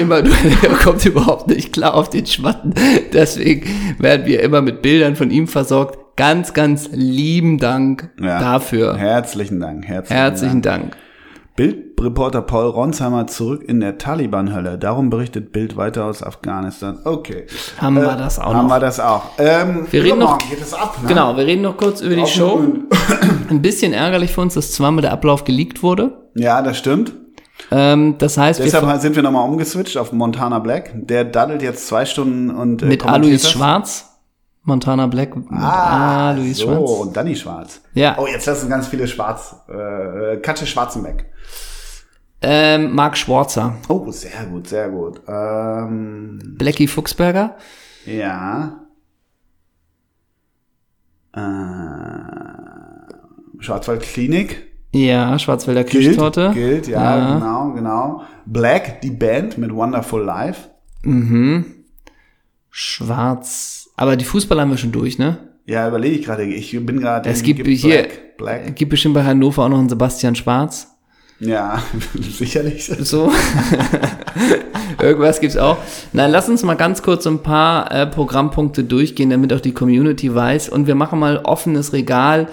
Speaker 2: immer nur, er kommt überhaupt nicht klar auf den Schwatten. Deswegen werden wir immer mit Bildern von ihm versorgt. Ganz, ganz lieben Dank
Speaker 1: Ja.
Speaker 2: dafür.
Speaker 1: herzlichen Dank. Herzlichen,
Speaker 2: Herzlichen Dank.
Speaker 1: Dank. Bildreporter Paul Ronsheimer zurück in der Taliban-Hölle. Darum berichtet Bild weiter aus Afghanistan. Okay. Äh,
Speaker 2: Haben wir das auch
Speaker 1: Haben
Speaker 2: noch.
Speaker 1: wir das auch. Ähm,
Speaker 2: Wir reden noch-
Speaker 1: übermorgen geht es ab, ne?
Speaker 2: Genau, wir reden noch kurz über die
Speaker 1: Auf
Speaker 2: Show.
Speaker 1: den Grün.
Speaker 2: Ein bisschen ärgerlich für uns, dass zweimal der Ablauf geleakt wurde.
Speaker 1: Ja, das stimmt.
Speaker 2: Ähm, das heißt, wir
Speaker 1: Deshalb sind wir nochmal umgeswitcht auf Montana Black. Der daddelt jetzt zwei Stunden und äh,
Speaker 2: Mit
Speaker 1: kommentiert
Speaker 2: Alois
Speaker 1: das.
Speaker 2: Schwarz. Montana Black mit
Speaker 1: Ah,
Speaker 2: Alois
Speaker 1: so,
Speaker 2: Schwarz.
Speaker 1: und Danny Schwarz.
Speaker 2: Ja.
Speaker 1: Oh, jetzt lassen ganz viele Schwarz. Äh, äh, Katja Schwarzenbeck.
Speaker 2: Ähm, Marc Schwarzer.
Speaker 1: Oh, sehr gut, sehr gut. Ähm,
Speaker 2: Blackie Fuchsberger.
Speaker 1: ja. Äh, Schwarzwald Klinik.
Speaker 2: Ja, Schwarzwälder Kirschtorte. Ah,
Speaker 1: Gilt, ja, genau, genau. Black, die Band mit Wonderful Life.
Speaker 2: Schwarz. Aber die Fußballer haben wir schon durch, ne?
Speaker 1: Ja, überlege ich gerade. Ich bin gerade.
Speaker 2: Es gibt hier-
Speaker 1: Black, Black.
Speaker 2: Gibt bestimmt bei Hannover auch noch einen Sebastian Schwarz.
Speaker 1: Ja, sicherlich.
Speaker 2: So. Irgendwas gibt's auch. Na, lass uns mal ganz kurz so ein paar äh, Programmpunkte durchgehen, damit auch die Community weiß. Und wir machen mal offenes Regal,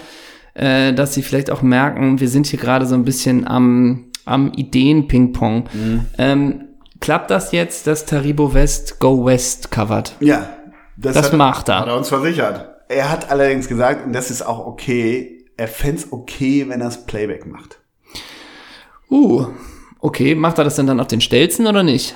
Speaker 2: äh, dass sie vielleicht auch merken, wir sind hier gerade so ein bisschen am, am Ideen-Ping-Pong.
Speaker 1: Mhm.
Speaker 2: Ähm, klappt das jetzt, dass Taribo West Go West covert?
Speaker 1: Ja,
Speaker 2: Das macht er.
Speaker 1: Hat er uns versichert. Er hat allerdings gesagt, und das ist auch okay, er fänd's okay, wenn er's Playback macht.
Speaker 2: Uh, okay. Macht er das denn dann auf den Stelzen oder nicht?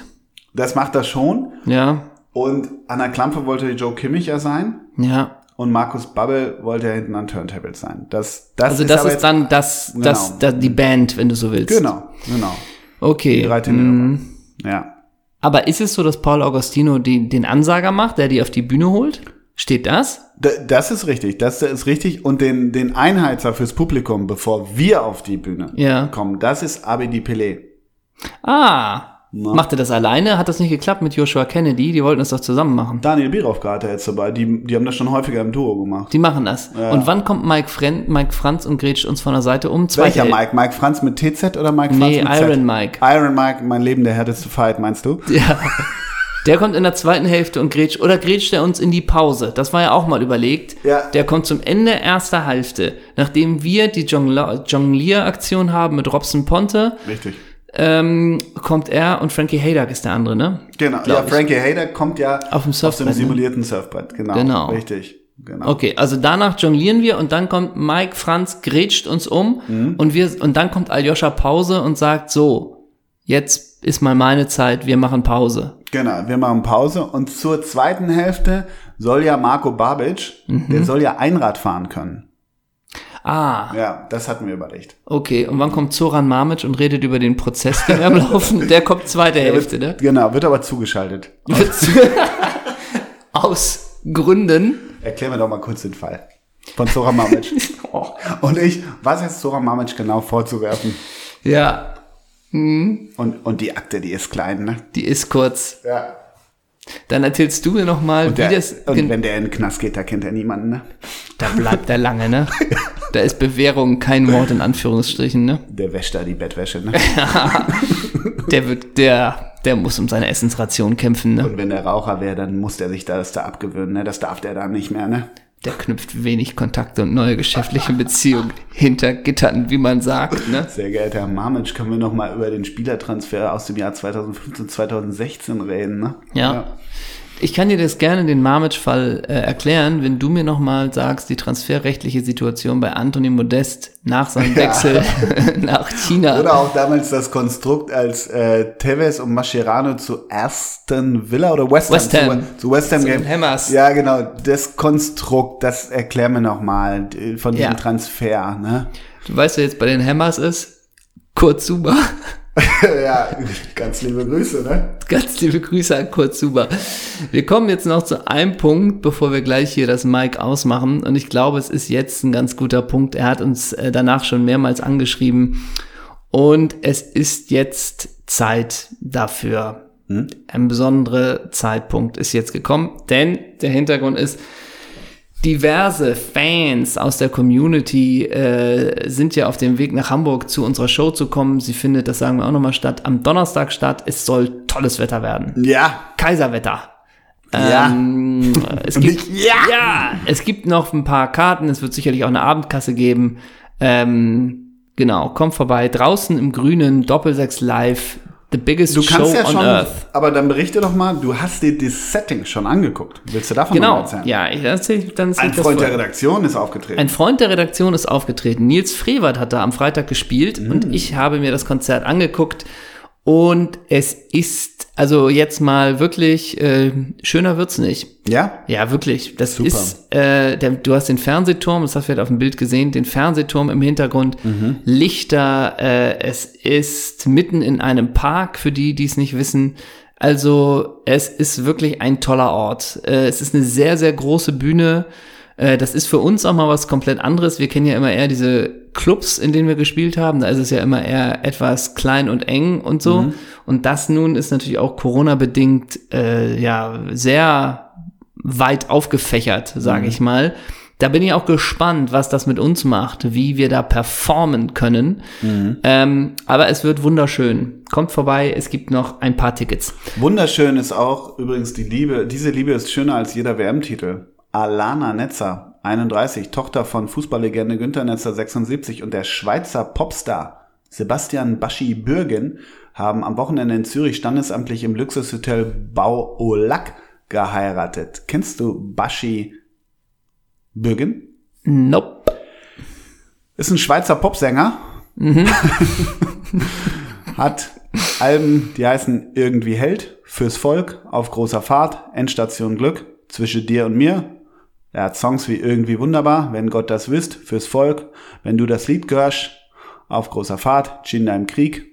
Speaker 1: Das macht er schon.
Speaker 2: Ja,
Speaker 1: Und Anna Klampe wollte Joe Kimmich ja sein.
Speaker 2: ja.
Speaker 1: Und Markus Bubble wollte ja hinten an Turntables sein. Das, das
Speaker 2: Also das
Speaker 1: aber
Speaker 2: ist,
Speaker 1: jetzt-
Speaker 2: dann das, das,
Speaker 1: Genau.
Speaker 2: das, die Band, wenn du so willst.
Speaker 1: Genau, genau.
Speaker 2: Okay.
Speaker 1: Die drei Termine
Speaker 2: Mhm.
Speaker 1: dabei. Ja.
Speaker 2: Aber ist es so, dass Paul Augustino die, den Ansager macht, der die auf die Bühne holt? Steht das?
Speaker 1: D das ist richtig, das ist richtig. Und den, den Einheizer fürs Publikum, bevor wir auf die Bühne
Speaker 2: Ja.
Speaker 1: kommen, das ist Abedi Pelé.
Speaker 2: Ah,
Speaker 1: Na.
Speaker 2: macht er das alleine? Hat das nicht geklappt mit Joshua Kennedy? Die wollten das doch zusammen machen.
Speaker 1: Daniel Birovka hat er jetzt dabei, die, die haben das schon häufiger im Duo gemacht.
Speaker 2: Die machen das. Und wann kommt Mike, Fren Mike Franz und grätscht uns von der Seite um? Zwei
Speaker 1: Welcher
Speaker 2: Helden.
Speaker 1: Mike? Mike Franz mit TZ oder Mike Franz
Speaker 2: Nee,
Speaker 1: mit Z?
Speaker 2: Iron Mike.
Speaker 1: Iron Mike, mein Leben, der härteste Fight, meinst du?
Speaker 2: Ja. Der kommt in der zweiten Hälfte und grätscht, oder grätscht er uns in die Pause? Das war ja auch mal überlegt.
Speaker 1: Ja.
Speaker 2: Der kommt zum Ende erster Hälfte, nachdem wir die Jongla- Jonglier-Aktion haben mit Robson Ponte,
Speaker 1: Richtig.
Speaker 2: ähm, kommt er und Frankie Haydock ist der andere, ne?
Speaker 1: Genau.
Speaker 2: Glaub
Speaker 1: ja,
Speaker 2: ich.
Speaker 1: Frankie Hader kommt ja
Speaker 2: Auf dem Surfbrett, ne?
Speaker 1: dem simulierten Surfbrett. Genau.
Speaker 2: Genau.
Speaker 1: Richtig. Genau.
Speaker 2: Okay, also danach jonglieren wir und dann kommt Mike Franz grätscht uns um und wir und dann kommt Aljoscha Pause und sagt so, jetzt ist mal meine Zeit, wir machen Pause.
Speaker 1: Genau. Wir machen Pause und zur zweiten Hälfte soll ja Marco Babic,
Speaker 2: Mhm.
Speaker 1: der soll ja Einrad fahren können.
Speaker 2: Ah,
Speaker 1: Ja, das hatten wir überlegt.
Speaker 2: okay. Und wann kommt Zoran Mamic und redet über den Prozess, den wir am Laufen? Der kommt zweite Hälfte, ne?
Speaker 1: Genau, wird aber zugeschaltet.
Speaker 2: Aus Gründen.
Speaker 1: Erklär mir doch mal kurz den Fall von Zora Mamic.
Speaker 2: Oh.
Speaker 1: Und ich, was ist Zora Mamic genau vorzuwerfen?
Speaker 2: Ja,
Speaker 1: Und, und die Akte, die ist klein, ne?
Speaker 2: die ist kurz.
Speaker 1: Ja.
Speaker 2: Dann erzählst du mir nochmal, wie
Speaker 1: Der,
Speaker 2: das.
Speaker 1: und wenn der in den Knast geht, da kennt er niemanden, ne?
Speaker 2: Da bleibt er lange, ne? Da ist Bewährung kein Wort in Anführungsstrichen, ne?
Speaker 1: Der wäscht da die Bettwäsche, ne?
Speaker 2: Der wird, der, der muss um seine Essensration kämpfen, ne?
Speaker 1: Und wenn der Raucher wäre, dann muss der sich das da abgewöhnen, ne? Das darf der da nicht mehr, ne?
Speaker 2: Der knüpft wenig Kontakte und neue geschäftliche Beziehungen hinter Gittern, wie man sagt, ne?
Speaker 1: Sehr geehrter Herr Mamic, können wir noch mal über den Spielertransfer aus dem Jahr 2015, 2016 reden, ne?
Speaker 2: Ja. Ich kann dir das gerne den Marmic-Fall äh, erklären, wenn du mir nochmal sagst, die transferrechtliche Situation bei Anthony Modest nach seinem Wechsel nach China.
Speaker 1: Oder auch damals das Konstrukt, als äh, Tevez und Mascherano zu Aston Villa oder West Ham,
Speaker 2: West Ham.
Speaker 1: Zu, zu West Ham
Speaker 2: Zu den
Speaker 1: Game.
Speaker 2: Hammers.
Speaker 1: Ja, genau. Das Konstrukt, das erklär mir nochmal von
Speaker 2: Ja.
Speaker 1: diesem Transfer. Ne?
Speaker 2: Du weißt, wer jetzt bei den Hammers ist? Kurt Zuber.
Speaker 1: ja, ganz liebe Grüße. Ne?
Speaker 2: Ganz liebe Grüße an Kurt Zuber. Wir kommen jetzt noch zu einem Punkt, bevor wir gleich hier das Mic ausmachen. Und ich glaube, es ist jetzt ein ganz guter Punkt. Er hat uns äh, danach schon mehrmals angeschrieben. Und es ist jetzt Zeit dafür, Ein besonderer Zeitpunkt ist jetzt gekommen, denn der Hintergrund ist, diverse Fans aus der Community äh, sind ja auf dem Weg nach Hamburg zu unserer Show zu kommen. Sie findet, das sagen wir auch nochmal, statt am Donnerstag statt. Es soll tolles Wetter werden.
Speaker 1: Ja.
Speaker 2: Kaiserwetter.
Speaker 1: Ja.
Speaker 2: Ähm, es gibt,
Speaker 1: Nicht ja.
Speaker 2: ja, es gibt noch ein paar Karten. Es wird sicherlich auch eine Abendkasse geben. Ähm, genau, kommt vorbei. Draußen im Grünen, Doppelsechs Live, the biggest
Speaker 1: Du kannst
Speaker 2: show
Speaker 1: ja
Speaker 2: on
Speaker 1: schon,
Speaker 2: earth.
Speaker 1: aber dann berichte doch mal, du hast dir das Setting schon angeguckt. Willst du davon
Speaker 2: Genau,
Speaker 1: noch erzählen?
Speaker 2: ja, ich erzähl, dann erzähl
Speaker 1: Ein
Speaker 2: ich das
Speaker 1: Freund
Speaker 2: vor.
Speaker 1: der Redaktion ist aufgetreten.
Speaker 2: Ein Freund der Redaktion ist aufgetreten. Nils Frevert hat da am Freitag gespielt
Speaker 1: Mm.
Speaker 2: und ich habe mir das Konzert angeguckt und es ist, also jetzt mal wirklich, äh, schöner wird's nicht.
Speaker 1: ja?
Speaker 2: Ja, wirklich. Das
Speaker 1: Super.
Speaker 2: ist, äh, der, du hast den Fernsehturm, das hast du vielleicht auf dem Bild gesehen, den Fernsehturm im Hintergrund, Lichter, äh, es ist mitten in einem Park, für die, die es nicht wissen. Also es ist wirklich ein toller Ort. Äh, es ist eine sehr, sehr große Bühne. Äh, das ist für uns auch mal was komplett anderes. Wir kennen ja immer eher diese Clubs, in denen wir gespielt haben. Da ist es ja immer eher etwas klein und eng und so. Und das nun ist natürlich auch Corona-bedingt äh, ja sehr weit aufgefächert, sage ich mal. Da bin ich auch gespannt, was das mit uns macht, wie wir da performen können. Ähm, aber es wird wunderschön. Kommt vorbei, es gibt noch ein paar Tickets.
Speaker 1: Wunderschön ist auch übrigens die Liebe. Diese Liebe ist schöner als jeder WM-Titel. Alana Netzer, 31, Tochter von Fußballlegende Günter Netzer, 76 und der Schweizer Popstar Sebastian Baschi Bürgen haben am Wochenende in Zürich standesamtlich im Luxushotel Bau Olac geheiratet. Kennst du Baschi Bürgen?
Speaker 2: Nope.
Speaker 1: Ist ein Schweizer Popsänger.
Speaker 2: Mhm.
Speaker 1: Hat Alben, die heißen Irgendwie Held, Fürs Volk, Auf großer Fahrt, Endstation Glück, Zwischen dir und mir. Er hat Songs wie Irgendwie wunderbar, Wenn Gott das wisst, Fürs Volk, Wenn du das Lied gehörst, Auf großer Fahrt, Chinda im Krieg.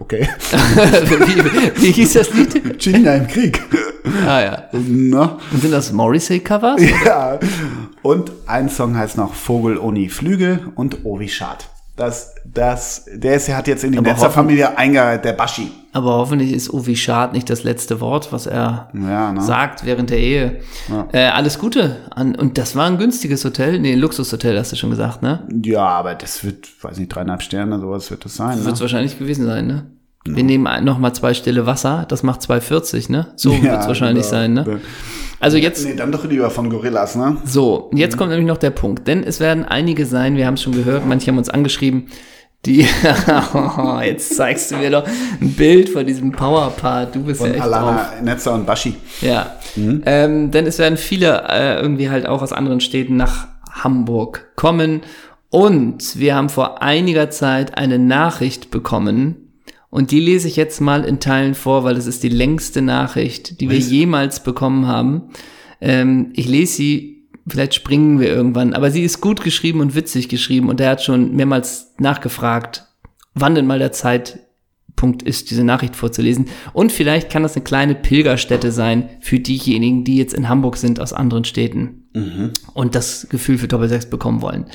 Speaker 1: Okay.
Speaker 2: wie, wie hieß das Lied?
Speaker 1: Chinda im Krieg.
Speaker 2: Ah ja.
Speaker 1: Na?
Speaker 2: Und sind das Morrissey-Covers?
Speaker 1: Ja. Und ein Song heißt noch Vogel ohne Flügel und Ovi Schad. Das, das, der ist, der hat jetzt in die
Speaker 2: Aber
Speaker 1: letzte
Speaker 2: hoffen-
Speaker 1: Familie eingehört, der Baschi.
Speaker 2: Aber hoffentlich ist Uwe Schad nicht das letzte Wort, was er
Speaker 1: Ja, ne?
Speaker 2: sagt während der Ehe. Äh, alles Gute. An, und das war ein günstiges Hotel. Nee, ein Luxushotel, hast du schon gesagt, ne?
Speaker 1: Ja, aber das wird, weiß nicht, dreieinhalb Sterne, sowas wird das sein. Ne?
Speaker 2: Wird es wahrscheinlich gewesen sein, ne? Wir nehmen ein- noch mal zwei Stille Wasser, das macht 2,40, ne? So wird's wird es wahrscheinlich
Speaker 1: genau.
Speaker 2: sein, ne? Also jetzt,
Speaker 1: Nee, dann doch lieber von Gorillas, ne?
Speaker 2: so, und jetzt kommt nämlich noch der Punkt. Denn es werden einige sein, wir haben es schon gehört, manche haben uns angeschrieben, die, oh, jetzt zeigst du mir doch ein Bild von diesem Powerpaar, du bist ja echt drauf.
Speaker 1: Alana Netzer und Baschi.
Speaker 2: Ja. Ähm, denn es werden viele äh, irgendwie halt auch aus anderen Städten nach Hamburg kommen. Und wir haben vor einiger Zeit eine Nachricht bekommen. Und die lese ich jetzt mal in Teilen vor, weil es ist die längste Nachricht, die wir jemals bekommen haben. Ähm, ich lese sie, vielleicht springen wir irgendwann, aber sie ist gut geschrieben und witzig geschrieben und der hat schon mehrmals nachgefragt, wann denn mal der Zeitpunkt ist, diese Nachricht vorzulesen. Und vielleicht kann das eine kleine Pilgerstätte sein für diejenigen, die jetzt in Hamburg sind aus anderen Städten
Speaker 1: Mhm.
Speaker 2: und das Gefühl für Doppel 6 bekommen wollen.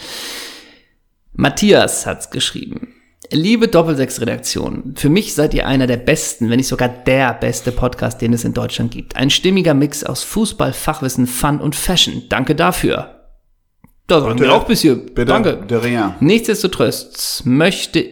Speaker 2: Matthias hat's geschrieben. Liebe Doppelsechs-Redaktion, für mich seid ihr einer der besten, wenn nicht sogar der beste Podcast, den es in Deutschland gibt. Ein stimmiger Mix aus Fußball, Fachwissen, Fun und Fashion. Danke dafür. Da sagen wir
Speaker 1: Bitte.
Speaker 2: auch bis hier.
Speaker 1: Bitte,
Speaker 2: Danke.
Speaker 1: der Rea.
Speaker 2: Nichtsdestotrotz möchte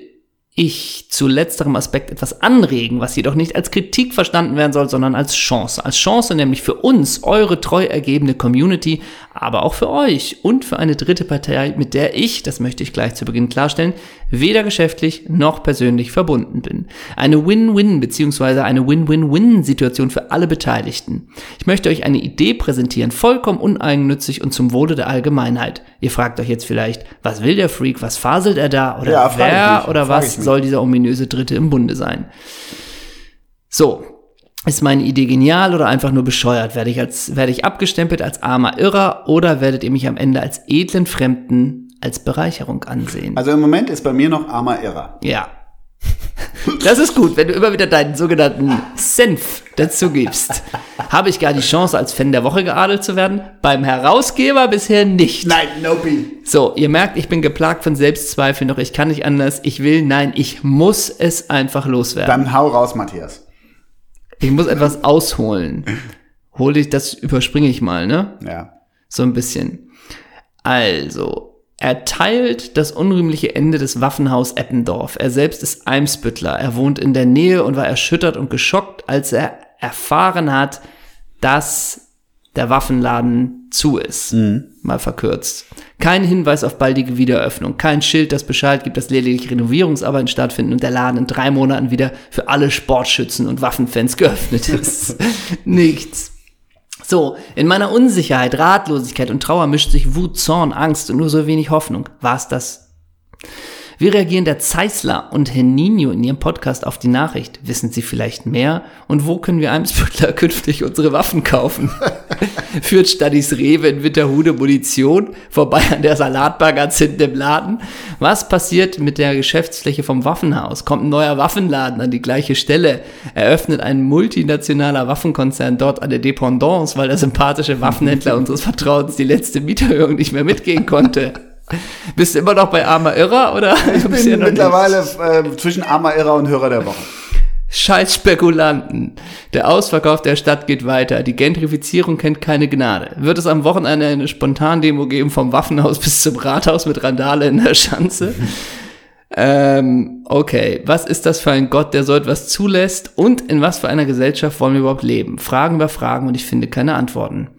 Speaker 2: ich zu letzterem Aspekt etwas anregen, was jedoch nicht als Kritik verstanden werden soll, sondern als Chance. Als Chance nämlich für uns, eure treu ergebene Community, aber auch für euch und für eine dritte Partei, mit der ich, das möchte ich gleich zu Beginn klarstellen, weder geschäftlich noch persönlich verbunden bin. Eine Win-Win bzw. eine Win-Win-Win-Situation für alle Beteiligten. Ich möchte euch eine Idee präsentieren, vollkommen uneigennützig und zum Wohle der Allgemeinheit. Ihr fragt euch jetzt vielleicht, was will der Freak, was faselt er da oder
Speaker 1: Ja, frag ich
Speaker 2: wer
Speaker 1: mich,
Speaker 2: oder
Speaker 1: frag
Speaker 2: was
Speaker 1: ich mich.
Speaker 2: soll dieser ominöse Dritte im Bunde sein? So. Ist meine Idee genial oder einfach nur bescheuert? Werde ich, als, werde ich abgestempelt als armer Irrer oder werdet ihr mich am Ende als edlen Fremden als Bereicherung ansehen?
Speaker 1: Also im Moment ist bei mir noch armer Irrer.
Speaker 2: Ja. Das ist gut, wenn du immer wieder deinen sogenannten Senf dazu gibst. Habe ich gar die Chance, als Fan der Woche geadelt zu werden? Beim Herausgeber bisher nicht.
Speaker 1: Nein, Nopi.
Speaker 2: So, ihr merkt, ich bin geplagt von Selbstzweifeln, doch ich kann nicht anders. Ich will, nein, ich muss es einfach loswerden.
Speaker 1: Dann hau raus, Matthias.
Speaker 2: Ich muss etwas ausholen. Hol ich, das überspringe ich mal, ne?
Speaker 1: Ja.
Speaker 2: So ein bisschen. Also, er teilt das unrühmliche Ende des Waffenhaus Eppendorf. Er selbst ist Eimsbüttler. Er wohnt in der Nähe und war erschüttert und geschockt, als er erfahren hat, dass der Waffenladen zu ist. Mal verkürzt. Kein Hinweis auf baldige Wiedereröffnung, kein Schild, das Bescheid gibt, dass lediglich Renovierungsarbeiten stattfinden und der Laden in drei Monaten wieder für alle Sportschützen und Waffenfans geöffnet ist. Nichts. So, in meiner Unsicherheit, Ratlosigkeit und Trauer mischt sich Wut, Zorn, Angst und nur so wenig Hoffnung. War es das? Wie reagieren der Zeisler und Herr Nino in ihrem Podcast auf die Nachricht? Wissen sie vielleicht mehr? Und wo können wir Eimsbüttler künftig unsere Waffen kaufen? Führt Stadis Rewe in Winterhude Munition vorbei an der Salatbar ganz hinten im Laden? Was passiert mit der Geschäftsfläche vom Waffenhaus? Kommt ein neuer Waffenladen an die gleiche Stelle? Eröffnet ein multinationaler Waffenkonzern dort eine Dependance, weil der sympathische Waffenhändler unseres Vertrauens die letzte Mieterhöhung nicht mehr mitgehen konnte? Bist du immer noch bei armer Irrer oder?
Speaker 1: Ich
Speaker 2: Bist du ja
Speaker 1: bin
Speaker 2: noch nicht?
Speaker 1: mittlerweile äh, zwischen armer Irrer und Hörer der Woche.
Speaker 2: Scheiß Spekulanten. Der Ausverkauf der Stadt geht weiter. Die Gentrifizierung kennt keine Gnade. Wird es am Wochenende eine Spontandemo geben vom Waffenhaus bis zum Rathaus mit Randale in der Schanze? ähm, okay. Was ist das für ein Gott, der so etwas zulässt? Und in was für einer Gesellschaft wollen wir überhaupt leben? Fragen über Fragen und ich finde keine Antworten.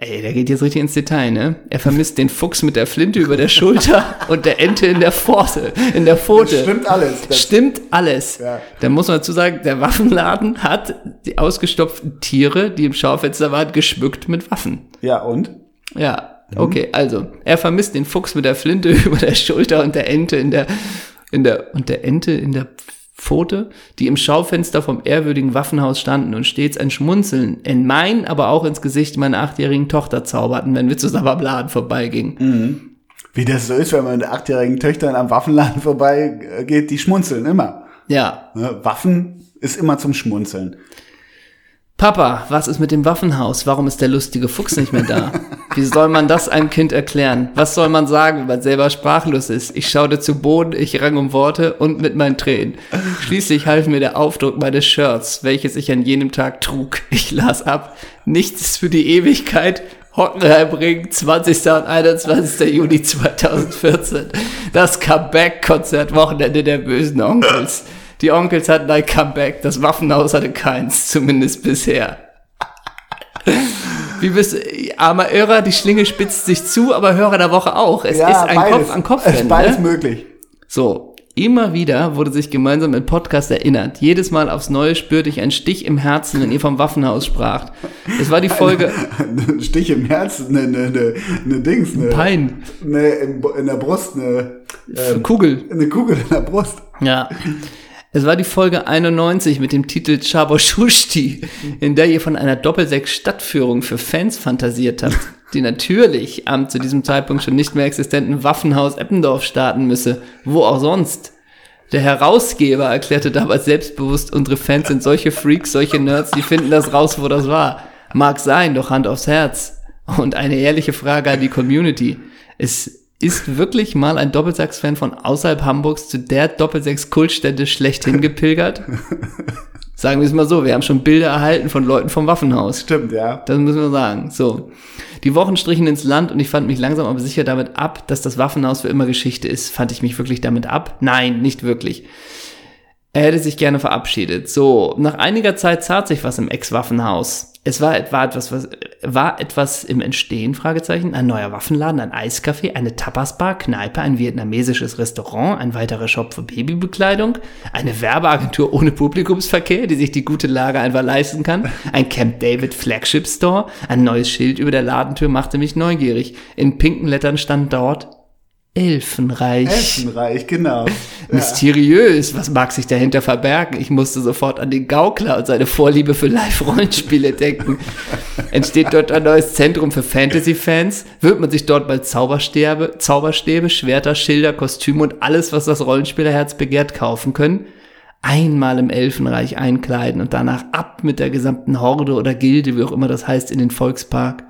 Speaker 2: Ey, der geht jetzt richtig ins Detail, ne? Er vermisst den Fuchs mit der Flinte über der Schulter und der Ente in der Pforte, in der Pfote.
Speaker 1: Das stimmt alles. Das
Speaker 2: Stimmt alles.
Speaker 1: Ja.
Speaker 2: Da muss man dazu sagen, der Waffenladen hat die ausgestopften Tiere, die im Schaufenster waren, geschmückt mit Waffen.
Speaker 1: Ja, und?
Speaker 2: Ja, okay, also er vermisst den Fuchs mit der Flinte über der Schulter und der Ente in der in der und der Ente in der Pfote, die im Schaufenster vom ehrwürdigen Waffenhaus standen und stets ein Schmunzeln in mein, aber auch ins Gesicht meiner achtjährigen Tochter zauberten, wenn wir zusammen am Laden vorbeigingen.
Speaker 1: Wie das so ist, wenn man mit achtjährigen Töchtern am Waffenladen vorbeigeht, die schmunzeln immer.
Speaker 2: Ja,
Speaker 1: Ne? Waffen ist immer zum Schmunzeln.
Speaker 2: Papa, was ist mit dem Waffenhaus? Warum ist der lustige Fuchs nicht mehr da? Wie soll man das einem Kind erklären? Was soll man sagen, wenn man selber sprachlos ist? Ich schaute zu Boden, ich rang um Worte und mit meinen Tränen. Schließlich half mir der Aufdruck meines Shirts, welches ich an jenem Tag trug. Ich las ab, nichts ist für die Ewigkeit. Hockenheimring, 20. und 21. Juni 2014. Das Comeback-Konzert Wochenende der bösen Onkels. Die Onkels hatten ein Comeback, das Waffenhaus hatte keins, zumindest bisher. Wie bist du, armer Irrer, die Schlinge spitzt sich zu, aber Hörer der Woche auch. Es ist ein Kopf an Kopf. ne?
Speaker 1: Es ist beides möglich.
Speaker 2: So, immer wieder wurde sich gemeinsam im Podcast erinnert. Jedes Mal aufs Neue spürte ich einen Stich im Herzen, wenn ihr vom Waffenhaus spracht. Es war die Folge
Speaker 1: Ein Stich im Herzen, ne, ne, ne, ne Dings, ne.
Speaker 2: Pein,
Speaker 1: Ne, in, in der Brust, ne, ähm,
Speaker 2: Kugel.
Speaker 1: eine Kugel in der Brust.
Speaker 2: Ja. Es war die Folge 91 mit dem Titel Chaboshushti, in der ihr von einer Doppelsechs-Stadtführung für Fans fantasiert habt, die natürlich am zu diesem Zeitpunkt schon nicht mehr existenten Waffenhaus Eppendorf starten müsse, wo auch sonst. Der Herausgeber erklärte damals selbstbewusst, unsere Fans sind solche Freaks, solche Nerds, die finden das raus, wo das war. Mag sein, doch Hand aufs Herz. Und eine ehrliche Frage an die Community. Es ist wirklich mal ein Doppelsechs-Fan von außerhalb Hamburgs zu der Doppelsechs-Kultstätte schlechthin gepilgert? Sagen wir es mal so, wir haben schon Bilder erhalten von Leuten vom Waffenhaus.
Speaker 1: Stimmt, ja.
Speaker 2: Das müssen wir sagen. So. Die Wochen strichen ins Land und ich fand mich langsam aber sicher damit ab, dass das Waffenhaus für immer Geschichte ist. Fand ich mich wirklich damit ab? Nein, nicht wirklich. Er hätte sich gerne verabschiedet. So, nach einiger Zeit zart sich was im Ex-Waffenhaus. Es war, et- war etwas, was, war etwas im Entstehen, Fragezeichen. Ein neuer Waffenladen, ein Eiscafé, eine Tapasbar, Kneipe, ein vietnamesisches Restaurant, ein weiterer Shop für Babybekleidung, eine Werbeagentur ohne Publikumsverkehr, die sich die gute Lage einfach leisten kann, ein Camp David Flagship Store, ein neues Schild über der Ladentür machte mich neugierig. In pinken Lettern stand dort Elfenreich.
Speaker 1: Elfenreich, genau.
Speaker 2: Mysteriös, was mag sich dahinter verbergen? Ich musste sofort an den Gaukler und seine Vorliebe für Live-Rollenspiele denken. Entsteht dort ein neues Zentrum für Fantasy-Fans? Wird man sich dort bald Zauberstäbe, Zauberstäbe, Schwerter, Schilder, Kostüme und alles, was das Rollenspielerherz begehrt, kaufen können? Einmal im Elfenreich einkleiden und danach ab mit der gesamten Horde oder Gilde, wie auch immer das heißt, in den Volkspark.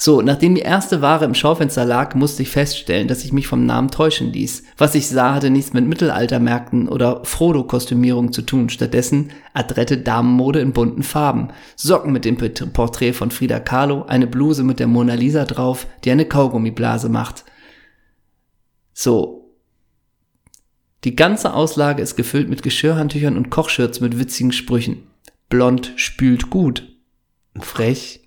Speaker 2: So, nachdem die erste Ware im Schaufenster lag, musste ich feststellen, dass ich mich vom Namen täuschen ließ. Was ich sah, hatte nichts mit Mittelaltermärkten oder Frodo-Kostümierung zu tun, stattdessen adrette Damenmode in bunten Farben. Socken mit dem Porträt von Frida Kahlo, eine Bluse mit der Mona Lisa drauf, die eine Kaugummiblase macht. So, die ganze Auslage ist gefüllt mit Geschirrhandtüchern und Kochshirts mit witzigen Sprüchen. Blond spült gut. Frech.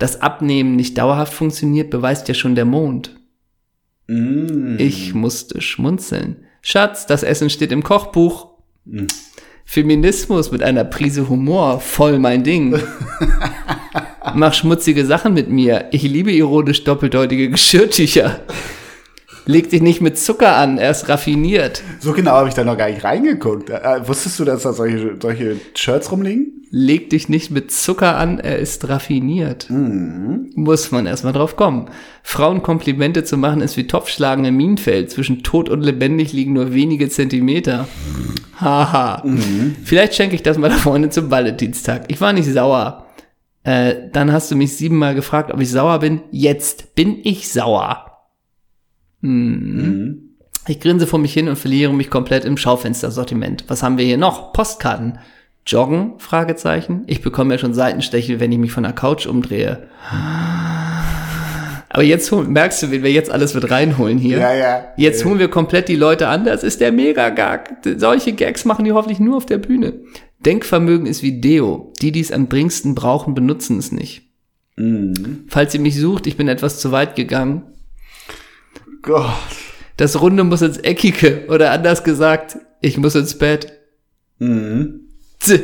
Speaker 2: Dass Abnehmen nicht dauerhaft funktioniert, beweist ja schon der Mond.
Speaker 1: Mm.
Speaker 2: Ich musste schmunzeln. Schatz, das Essen steht im Kochbuch. Feminismus mit einer Prise Humor, voll mein Ding. Mach schmutzige Sachen mit mir. Ich liebe ironisch doppeldeutige Geschirrtücher. Leg dich nicht mit Zucker an, er ist raffiniert.
Speaker 1: So genau habe ich da noch gar nicht reingeguckt. Äh, wusstest du, dass da solche, solche Shirts rumliegen?
Speaker 2: Leg dich nicht mit Zucker an, er ist raffiniert. Muss man erstmal drauf kommen. Frauen Komplimente zu machen ist wie Topfschlagen im Minenfeld. Zwischen tot und lebendig liegen nur wenige Zentimeter. Haha. Vielleicht schenke ich das meiner Freundin zum Valentinstag. Ich war nicht sauer. Äh, dann hast du mich siebenmal gefragt, ob ich sauer bin. Jetzt bin ich sauer. Mhm. Ich grinse vor mich hin und verliere mich komplett im Schaufenstersortiment. Was haben wir hier noch? Postkarten. Joggen? Fragezeichen. Ich bekomme ja schon Seitenstechel, wenn ich mich von der Couch umdrehe. Aber jetzt hol- merkst du, wen wir jetzt alles mit reinholen hier.
Speaker 1: Ja, ja.
Speaker 2: Jetzt
Speaker 1: Äh,
Speaker 2: holen wir komplett die Leute an. Das ist der Mega-Gag. Solche Gags machen die hoffentlich nur auf der Bühne. Denkvermögen ist wie Deo. Die, die es am dringendsten brauchen, benutzen es nicht.
Speaker 1: mm.
Speaker 2: Falls ihr mich sucht, ich bin etwas zu weit gegangen.
Speaker 1: Gott.
Speaker 2: Das Runde muss ins Eckige oder anders gesagt, ich muss ins Bett.
Speaker 1: Mhm.
Speaker 2: Tz.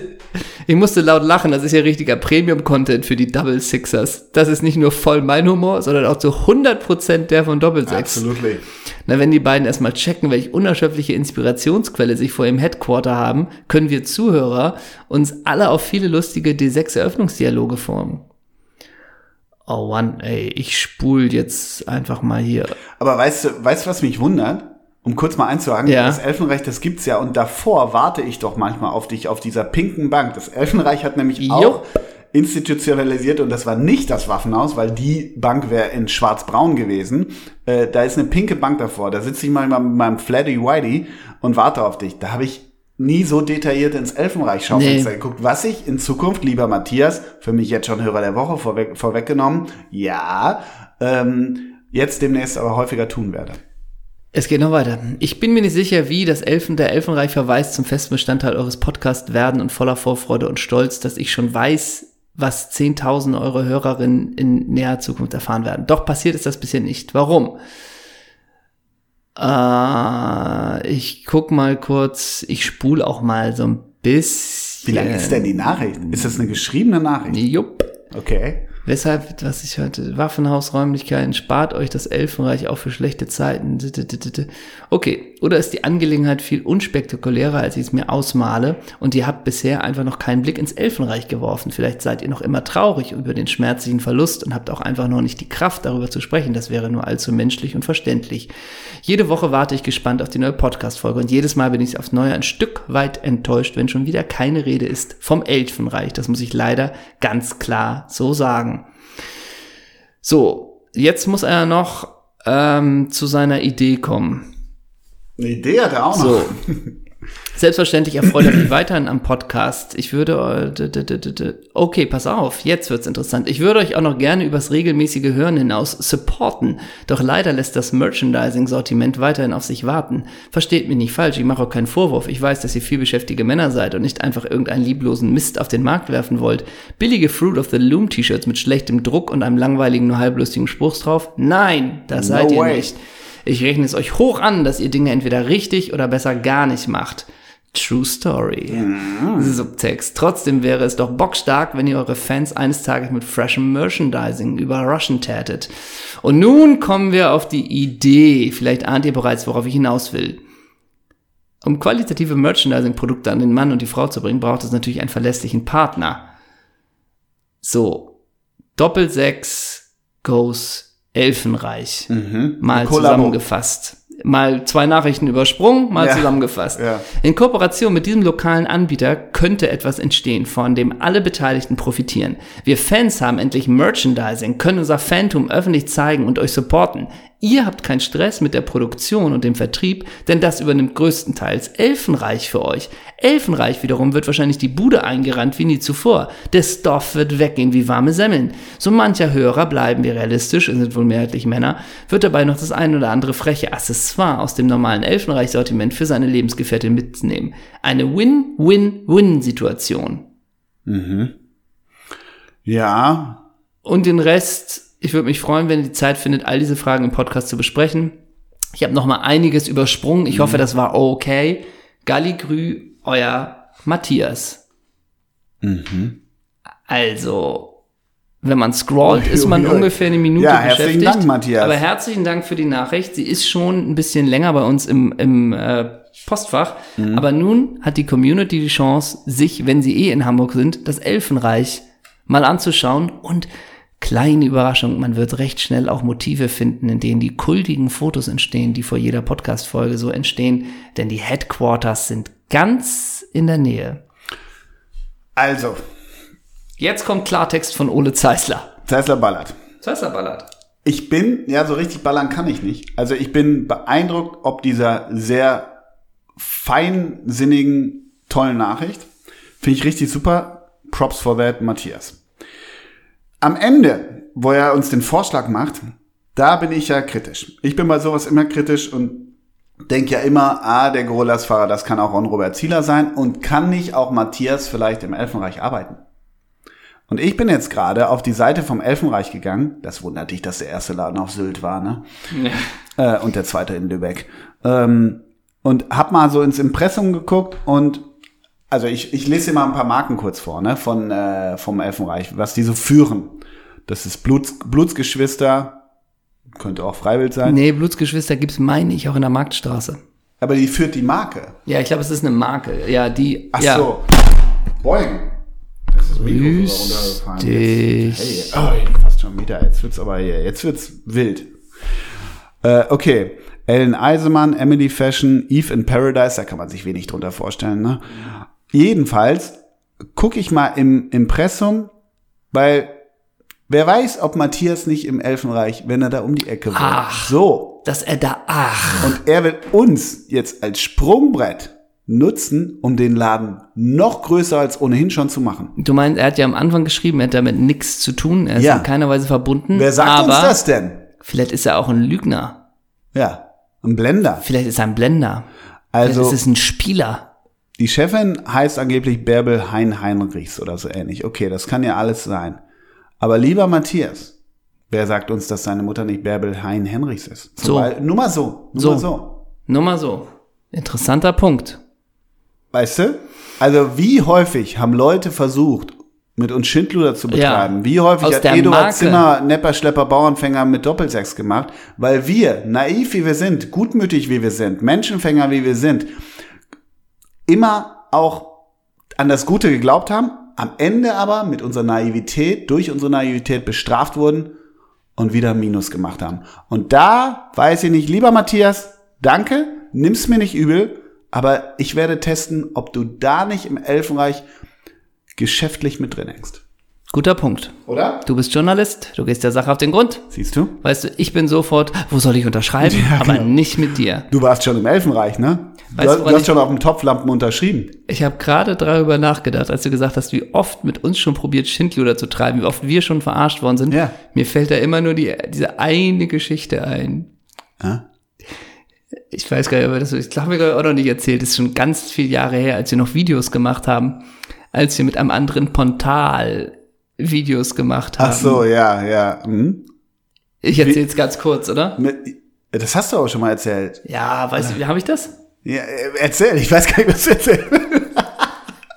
Speaker 2: Ich musste laut lachen, das ist ja richtiger Premium-Content für die Double Sixers. Das ist nicht nur voll mein Humor, sondern auch zu 100% der von Doppelsechs.
Speaker 1: Absolutely.
Speaker 2: Na, wenn die beiden erstmal checken, welche unerschöpfliche Inspirationsquelle sich vor ihrem Headquarter haben, können wir Zuhörer uns alle auf viele lustige D6-Eröffnungsdialoge formen. Oh Mann, ey, ich spul jetzt einfach mal hier.
Speaker 1: Aber weißt du, weißt du, was mich wundert? Um kurz mal einzuhaken,
Speaker 2: Ja.
Speaker 1: das Elfenreich, das gibt's ja und davor warte ich doch manchmal auf dich auf dieser pinken Bank. Das Elfenreich hat nämlich
Speaker 2: Jo.
Speaker 1: auch institutionalisiert und das war nicht das Waffenhaus, weil die Bank wäre in schwarz-braun gewesen. Äh, da ist eine pinke Bank davor. Da sitze ich manchmal mit meinem Flatty Whitey und warte auf dich. Da habe ich nie so detailliert ins Elfenreich Schaufenster
Speaker 2: Nee.
Speaker 1: geguckt, was ich in Zukunft, lieber Matthias, für mich jetzt schon Hörer der Woche vorweg, vorweggenommen, ja, ähm, jetzt demnächst aber häufiger tun werde.
Speaker 2: Es geht noch weiter. Ich bin mir nicht sicher, wie das Elfen der Elfenreich verweist zum festen Bestandteil eures Podcasts werden und voller Vorfreude und Stolz, dass ich schon weiß, was 10.000 eure Hörerinnen in näher Zukunft erfahren werden. Doch passiert ist das bisher nicht. Warum? Äh, ich guck mal kurz, ich spul auch mal so ein bisschen.
Speaker 1: Wie lang ist denn die Nachricht? Ist das eine geschriebene Nachricht?
Speaker 2: Jupp.
Speaker 1: Okay.
Speaker 2: Weshalb, was ich hörte, Waffenhausräumlichkeiten, spart euch das Elfenreich auch für schlechte Zeiten. D- d- d- d- d. Okay, oder ist die Angelegenheit viel unspektakulärer, als ich es mir ausmale und ihr habt bisher einfach noch keinen Blick ins Elfenreich geworfen. Vielleicht seid ihr noch immer traurig über den schmerzlichen Verlust und habt auch einfach noch nicht die Kraft, darüber zu sprechen. Das wäre nur allzu menschlich und verständlich. Jede Woche warte ich gespannt auf die neue Podcast-Folge und jedes Mal bin ich aufs Neue ein Stück weit enttäuscht, wenn schon wieder keine Rede ist vom Elfenreich. Das muss ich leider ganz klar so sagen. So, jetzt muss er noch ähm, zu seiner Idee kommen.
Speaker 1: Eine Idee hat er auch noch.
Speaker 2: So. Selbstverständlich erfreut er mich weiterhin am Podcast. Ich würde. äh, d- d- d- d- d- Okay, pass auf, jetzt wird's interessant. Ich würde euch auch noch gerne übers regelmäßige Hören hinaus supporten. Doch leider lässt das Merchandising-Sortiment weiterhin auf sich warten. Versteht mich nicht falsch, ich mache auch keinen Vorwurf. Ich weiß, dass ihr vielbeschäftige Männer seid und nicht einfach irgendeinen lieblosen Mist auf den Markt werfen wollt. Billige Fruit of the Loom T-Shirts mit schlechtem Druck und einem langweiligen, nur halblustigen Spruch drauf? Nein, das
Speaker 1: No
Speaker 2: seid ihr
Speaker 1: way.
Speaker 2: nicht. Ich rechne es euch hoch an, dass ihr Dinge entweder richtig oder besser gar nicht macht. True Story. Subtext. Trotzdem wäre es doch bockstark, wenn ihr eure Fans eines Tages mit freshem Merchandising überraschen tätet. Und nun kommen wir auf die Idee. Vielleicht ahnt ihr bereits, worauf ich hinaus will. Um qualitative Merchandising-Produkte an den Mann und die Frau zu bringen, braucht es natürlich einen verlässlichen Partner. So. Doppel 6 goes Elfenreich.
Speaker 1: Mhm.
Speaker 2: Mal
Speaker 1: Kollabo.
Speaker 2: zusammengefasst. mal zwei Nachrichten übersprungen, mal
Speaker 1: Ja.
Speaker 2: zusammengefasst.
Speaker 1: Ja.
Speaker 2: In Kooperation mit diesem lokalen Anbieter könnte etwas entstehen, von dem alle Beteiligten profitieren. Wir Fans haben endlich Merchandising, können unser Phantom öffentlich zeigen und euch supporten. Ihr habt keinen Stress mit der Produktion und dem Vertrieb, denn das übernimmt größtenteils Elfenreich für euch. Elfenreich wiederum wird wahrscheinlich die Bude eingerannt wie nie zuvor. Der Stoff wird weggehen wie warme Semmeln. So mancher Hörer, bleiben wir realistisch, es sind wohl mehrheitlich Männer, wird dabei noch das ein oder andere freche Accessoire aus dem normalen Elfenreich-Sortiment für seine Lebensgefährtin mitnehmen. Eine Win-Win-Win-Situation.
Speaker 1: Ja,
Speaker 2: Und den Rest, ich würde mich freuen, wenn ihr die Zeit findet, all diese Fragen im Podcast zu besprechen. Ich habe noch mal einiges übersprungen. Ich hoffe, das war okay. Galligrü, euer Matthias. Also, wenn man scrollt, ist man
Speaker 1: Uiuiui.
Speaker 2: ungefähr eine Minute
Speaker 1: Ja,
Speaker 2: beschäftigt.
Speaker 1: herzlichen Dank, Matthias.
Speaker 2: Aber herzlichen Dank für die Nachricht. Sie ist schon ein bisschen länger bei uns im, im äh, Postfach.
Speaker 1: Mhm.
Speaker 2: Aber nun hat die Community die Chance, sich, wenn sie eh in Hamburg sind, das Elfenreich mal anzuschauen. Und kleine Überraschung, man wird recht schnell auch Motive finden, in denen die kultigen Fotos entstehen, die vor jeder Podcast-Folge so entstehen. Denn die Headquarters sind ganz in der Nähe.
Speaker 1: also,
Speaker 2: Jetzt kommt Klartext von Ole Zeisler.
Speaker 1: Tesla ballert.
Speaker 2: Zeisler ballert.
Speaker 1: Ich bin, ja, so richtig ballern kann ich nicht. Also ich bin beeindruckt, ob dieser sehr feinsinnigen, tollen Nachricht. Finde ich richtig super. Props for that, Matthias. Am Ende, wo er uns den Vorschlag macht, da bin ich ja kritisch. Ich bin bei sowas immer kritisch und denke ja immer, ah, der Gorillas-Fahrer, das kann auch Ron-Robert Zieler sein und kann nicht auch Matthias vielleicht im Elfenreich arbeiten? Und ich bin jetzt gerade auf die Seite vom Elfenreich gegangen. Das wundert dich, dass der erste Laden auf Sylt war, ne? äh, und der zweite in Lübeck. Ähm, und hab mal so ins Impressum geguckt und also ich, ich lese dir mal ein paar Marken kurz vor, ne? Von äh, vom Elfenreich, was die so führen. Das ist Bluts, Blutsgeschwister, könnte auch Freiwild sein.
Speaker 2: Nee, Blutsgeschwister gibt's, meine ich, auch in der Marktstraße.
Speaker 1: Aber die führt die Marke.
Speaker 2: Ja, ich glaube, es ist eine Marke. Ja, die.
Speaker 1: Ach
Speaker 2: ja.
Speaker 1: so. Boing. Das ist das Mikro sogar runtergefallen.
Speaker 2: Richtig.
Speaker 1: Oh, jetzt fast schon wieder. Jetzt wird's aber hier. Jetzt wird's wild. Äh, okay. Ellen Eisemann, Emily Fashion, Eve in Paradise, da kann man sich wenig drunter vorstellen, ne? Jedenfalls gucke ich mal im Impressum, weil wer weiß, ob Matthias nicht im Elfenreich, wenn er da um die Ecke wohnt.
Speaker 2: Ach.
Speaker 1: So.
Speaker 2: Dass er da. Ach.
Speaker 1: Und er will uns jetzt als Sprungbrett nutzen, um den Laden noch größer als ohnehin schon zu machen.
Speaker 2: Du meinst, er hat ja am Anfang geschrieben, er hat damit nichts zu tun. Er ist
Speaker 1: Ja.
Speaker 2: in keiner Weise verbunden.
Speaker 1: Wer sagt
Speaker 2: aber
Speaker 1: uns das denn?
Speaker 2: Vielleicht ist er auch ein Lügner.
Speaker 1: Ja, ein Blender.
Speaker 2: Vielleicht ist er ein Blender.
Speaker 1: Also
Speaker 2: vielleicht ist es ein Spieler.
Speaker 1: die Chefin heißt angeblich Bärbel Hein Heinrichs oder so ähnlich. Okay, das kann ja alles sein. Aber lieber Matthias, wer sagt uns, dass seine Mutter nicht Bärbel Hein Henrichs ist? Zum
Speaker 2: So.
Speaker 1: Beispiel- Nur mal so. Nur
Speaker 2: So.
Speaker 1: mal so.
Speaker 2: Nur mal so. Interessanter Punkt.
Speaker 1: Weißt du? Also wie häufig haben Leute versucht, mit uns Schindluder zu betreiben?
Speaker 2: Ja.
Speaker 1: Wie häufig
Speaker 2: Aus
Speaker 1: hat
Speaker 2: der
Speaker 1: Eduard
Speaker 2: Marke.
Speaker 1: Zimmer Nepper, Schlepper, Bauernfänger mit Doppelsechs gemacht? Weil wir, naiv wie wir sind, gutmütig wie wir sind, Menschenfänger wie wir sind, immer auch an das Gute geglaubt haben, am Ende aber mit unserer Naivität, durch unsere Naivität bestraft wurden und wieder Minus gemacht haben. Und da weiß ich nicht, lieber Matthias, danke, nimm's mir nicht übel, aber ich werde testen, ob du da nicht im Elfenreich geschäftlich mit drin hängst.
Speaker 2: Guter Punkt.
Speaker 1: Oder?
Speaker 2: Du bist Journalist. Du gehst der Sache auf den Grund.
Speaker 1: Siehst du?
Speaker 2: Weißt du, ich bin sofort, wo soll ich unterschreiben?
Speaker 1: Ja,
Speaker 2: aber
Speaker 1: genau.
Speaker 2: nicht mit dir.
Speaker 1: Du warst schon im Elfenreich, ne? Du,
Speaker 2: Weißt du,
Speaker 1: hast- du
Speaker 2: woran
Speaker 1: hast
Speaker 2: ich-
Speaker 1: schon auf dem Topflampen unterschrieben.
Speaker 2: Ich habe gerade darüber nachgedacht, als du gesagt hast, wie oft mit uns schon probiert, Schindluder zu treiben, wie oft wir schon verarscht worden sind.
Speaker 1: Ja.
Speaker 2: Mir fällt da immer nur die, diese eine Geschichte ein.
Speaker 1: Ja.
Speaker 2: Ich weiß gar nicht, aber das, ich glaube, ich habe auch noch nicht erzählt. Das ist schon ganz viele Jahre her, als wir noch Videos gemacht haben, als wir mit einem anderen Pontal Videos gemacht haben.
Speaker 1: Ach so, ja, ja. Ähm, Hm.
Speaker 2: Ich erzähle es ganz kurz, oder?
Speaker 1: Mit- Das hast du auch schon mal erzählt.
Speaker 2: Ja, weißt du, wie habe ich das?
Speaker 1: Ja, äh, erzähl, ich weiß gar nicht, was du erzählst.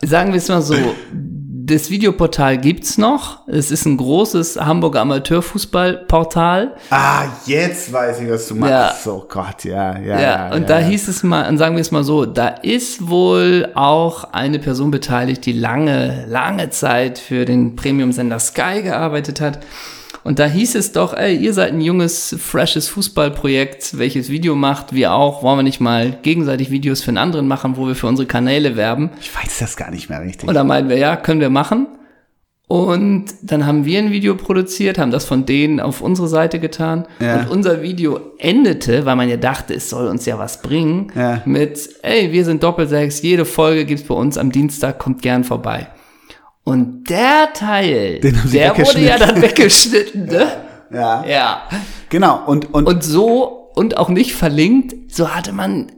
Speaker 2: sagen wir es mal so, das Videoportal gibt's noch. Es ist ein großes Hamburger Amateurfußballportal.
Speaker 1: Ah, jetzt weiß ich, was du meinst. Oh Gott, ja, ja.
Speaker 2: Ja, und da hieß es mal, und sagen wir es mal so, da ist wohl auch eine Person beteiligt, die lange, lange Zeit für den Premium-Sender Sky gearbeitet hat. Und da hieß es doch, ey, ihr seid ein junges, freshes Fußballprojekt, welches Video macht, wir auch, wollen wir nicht mal gegenseitig Videos für einen anderen machen, wo wir für unsere Kanäle werben.
Speaker 1: Ich weiß das gar nicht mehr richtig.
Speaker 2: Und da meinten wir, ja, können wir machen. Und dann haben wir ein Video produziert, haben das von denen auf unsere Seite getan.
Speaker 1: Ja.
Speaker 2: Und unser Video endete, weil man ja dachte, es soll uns ja was bringen,
Speaker 1: Ja.
Speaker 2: mit, ey, wir sind Doppelsechs, jede Folge gibt's bei uns am Dienstag, kommt gern vorbei. Und der Teil,
Speaker 1: Den haben sie
Speaker 2: der wurde ja
Speaker 1: weggeschnitten.
Speaker 2: dann weggeschnitten, ne?
Speaker 1: Ja.
Speaker 2: Ja.
Speaker 1: Genau. Und, und,
Speaker 2: Und so und auch nicht verlinkt, so hatte man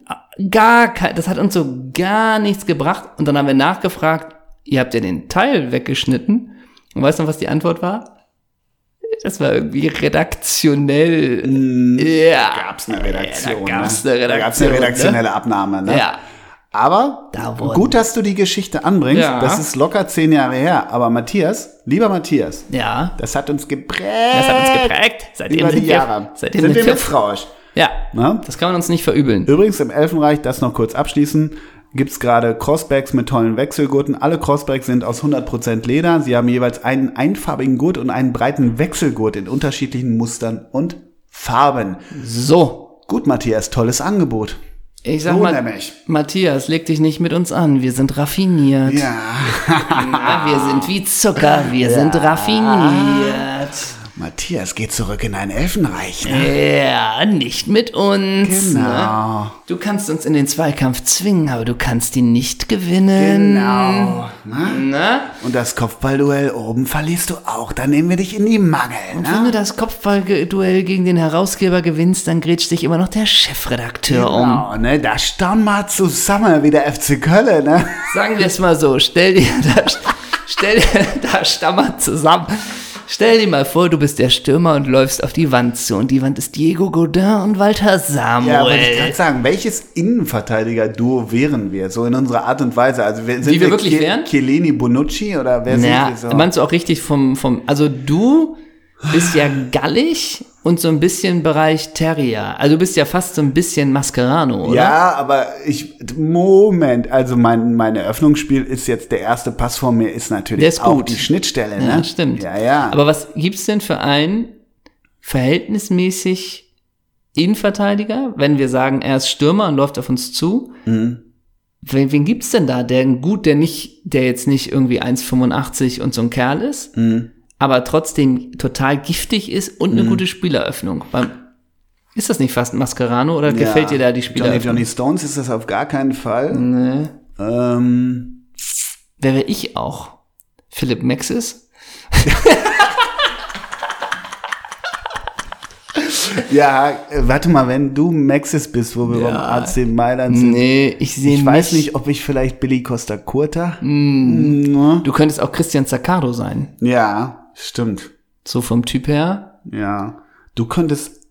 Speaker 2: gar kein, das hat uns so gar nichts gebracht. Und dann haben wir nachgefragt, ihr habt ja den Teil weggeschnitten. Und weißt du noch, was die Antwort war? Das war irgendwie redaktionell.
Speaker 1: Mhm.
Speaker 2: ja.
Speaker 1: gab's eine Redaktion.
Speaker 2: Ja, da gab's
Speaker 1: ne?
Speaker 2: eine Redaktion.
Speaker 1: da gab's eine
Speaker 2: ne?
Speaker 1: redaktionelle Abnahme. Ne?
Speaker 2: Ja.
Speaker 1: Aber
Speaker 2: Da wurden-
Speaker 1: gut, dass du die Geschichte anbringst.
Speaker 2: Ja.
Speaker 1: Das ist locker zehn Jahre her. Aber Matthias, lieber Matthias,
Speaker 2: Ja.
Speaker 1: das hat uns geprägt.
Speaker 2: Das hat uns geprägt. Seitdem
Speaker 1: Äh, Über die
Speaker 2: sind wir-
Speaker 1: Jahre.
Speaker 2: Seitdem
Speaker 1: sind wir
Speaker 2: sind
Speaker 1: mit
Speaker 2: wir,
Speaker 1: Frausch.
Speaker 2: ja.
Speaker 1: Ne?
Speaker 2: Das kann man uns nicht verübeln.
Speaker 1: Übrigens im Elfenreich, das noch kurz abschließen, gibt's gerade Crossbacks mit tollen Wechselgurten. Alle Crossbacks sind aus 100% Leder. Sie haben jeweils einen einfarbigen Gurt und einen breiten Wechselgurt in unterschiedlichen Mustern und Farben.
Speaker 2: So.
Speaker 1: Gut, Matthias, tolles Angebot.
Speaker 2: Ich sag
Speaker 1: So
Speaker 2: mal,
Speaker 1: nämlich.
Speaker 2: Matthias, leg dich nicht mit uns an. Wir sind raffiniert.
Speaker 1: Ja,
Speaker 2: Na, Ah, wir sind wie Zucker, wir sind raffiniert.
Speaker 1: Matthias geht zurück in ein Elfenreich. Ne?
Speaker 2: Ja, nicht mit uns. Ne?
Speaker 1: Genau.
Speaker 2: Du kannst uns in den Zweikampf zwingen, aber du kannst ihn nicht gewinnen.
Speaker 1: Genau. Ne?
Speaker 2: Na?
Speaker 1: Und das Kopfballduell oben verlierst du auch. Dann nehmen wir dich in die Mangel.
Speaker 2: Wenn
Speaker 1: Ne?
Speaker 2: du das Kopfballduell gegen den Herausgeber gewinnst, dann grätscht dich immer noch der Chefredakteur um.
Speaker 1: Genau, ne? Da staunen wir zusammen wie der FC Köln. Ne?
Speaker 2: Sagen wir es mal so, stell dir da, stell dir da stammert zusammen. Stell dir mal vor, du bist der Stürmer und läufst auf die Wand zu und die Wand ist Diego Godin und Walter
Speaker 1: Ja, wollte ich
Speaker 2: Samuel.
Speaker 1: gerade sagen, welches Innenverteidiger-Duo wären wir? So in unserer Art und Weise. Also wir, sind
Speaker 2: wir wirklich
Speaker 1: Chie-
Speaker 2: wären?
Speaker 1: Chiellini, Bonucci oder wer
Speaker 2: ja,
Speaker 1: sind wir so?
Speaker 2: meinst du auch richtig vom, vom, also du bist ja gallig und so ein bisschen Bereich Terrier. Also du bist ja fast so ein bisschen Mascherano, oder?
Speaker 1: Ja, aber ich, Moment, also mein, mein Eröffnungsspiel ist jetzt, der erste Pass von mir ist natürlich
Speaker 2: Der ist
Speaker 1: auch
Speaker 2: gut.
Speaker 1: die Schnittstelle, ne?
Speaker 2: Ja, stimmt.
Speaker 1: Ja, ja.
Speaker 2: Aber was gibt's denn für einen verhältnismäßig Innenverteidiger, wenn wir sagen, er ist Stürmer und läuft auf uns zu?
Speaker 1: Mhm.
Speaker 2: Wen, wen gibt's denn da, der ein gut, der nicht, der jetzt nicht irgendwie 1,85 und so ein Kerl ist,
Speaker 1: Hm.
Speaker 2: aber trotzdem total giftig ist und
Speaker 1: Mhm.
Speaker 2: eine gute Spieleröffnung? Beim, ist das nicht fast ein Mascherano oder gefällt dir da die
Speaker 1: Johnny,
Speaker 2: Spieleröffnung?
Speaker 1: Johnny Stones ist das auf gar keinen Fall.
Speaker 2: Nee.
Speaker 1: Ähm,
Speaker 2: Wer wäre ich auch? Philipp Maxis?
Speaker 1: ja, äh, warte mal, wenn du Maxis bist, wo wir beim AC Mailand sind.
Speaker 2: Nee, ich sehe
Speaker 1: Ich
Speaker 2: nicht. Hm,
Speaker 1: weiß nicht, ob ich vielleicht Billy Costa Curta.
Speaker 2: Du könntest auch Christian Zaccardo sein.
Speaker 1: Ja, stimmt.
Speaker 2: So vom Typ her.
Speaker 1: Ja. Du könntest,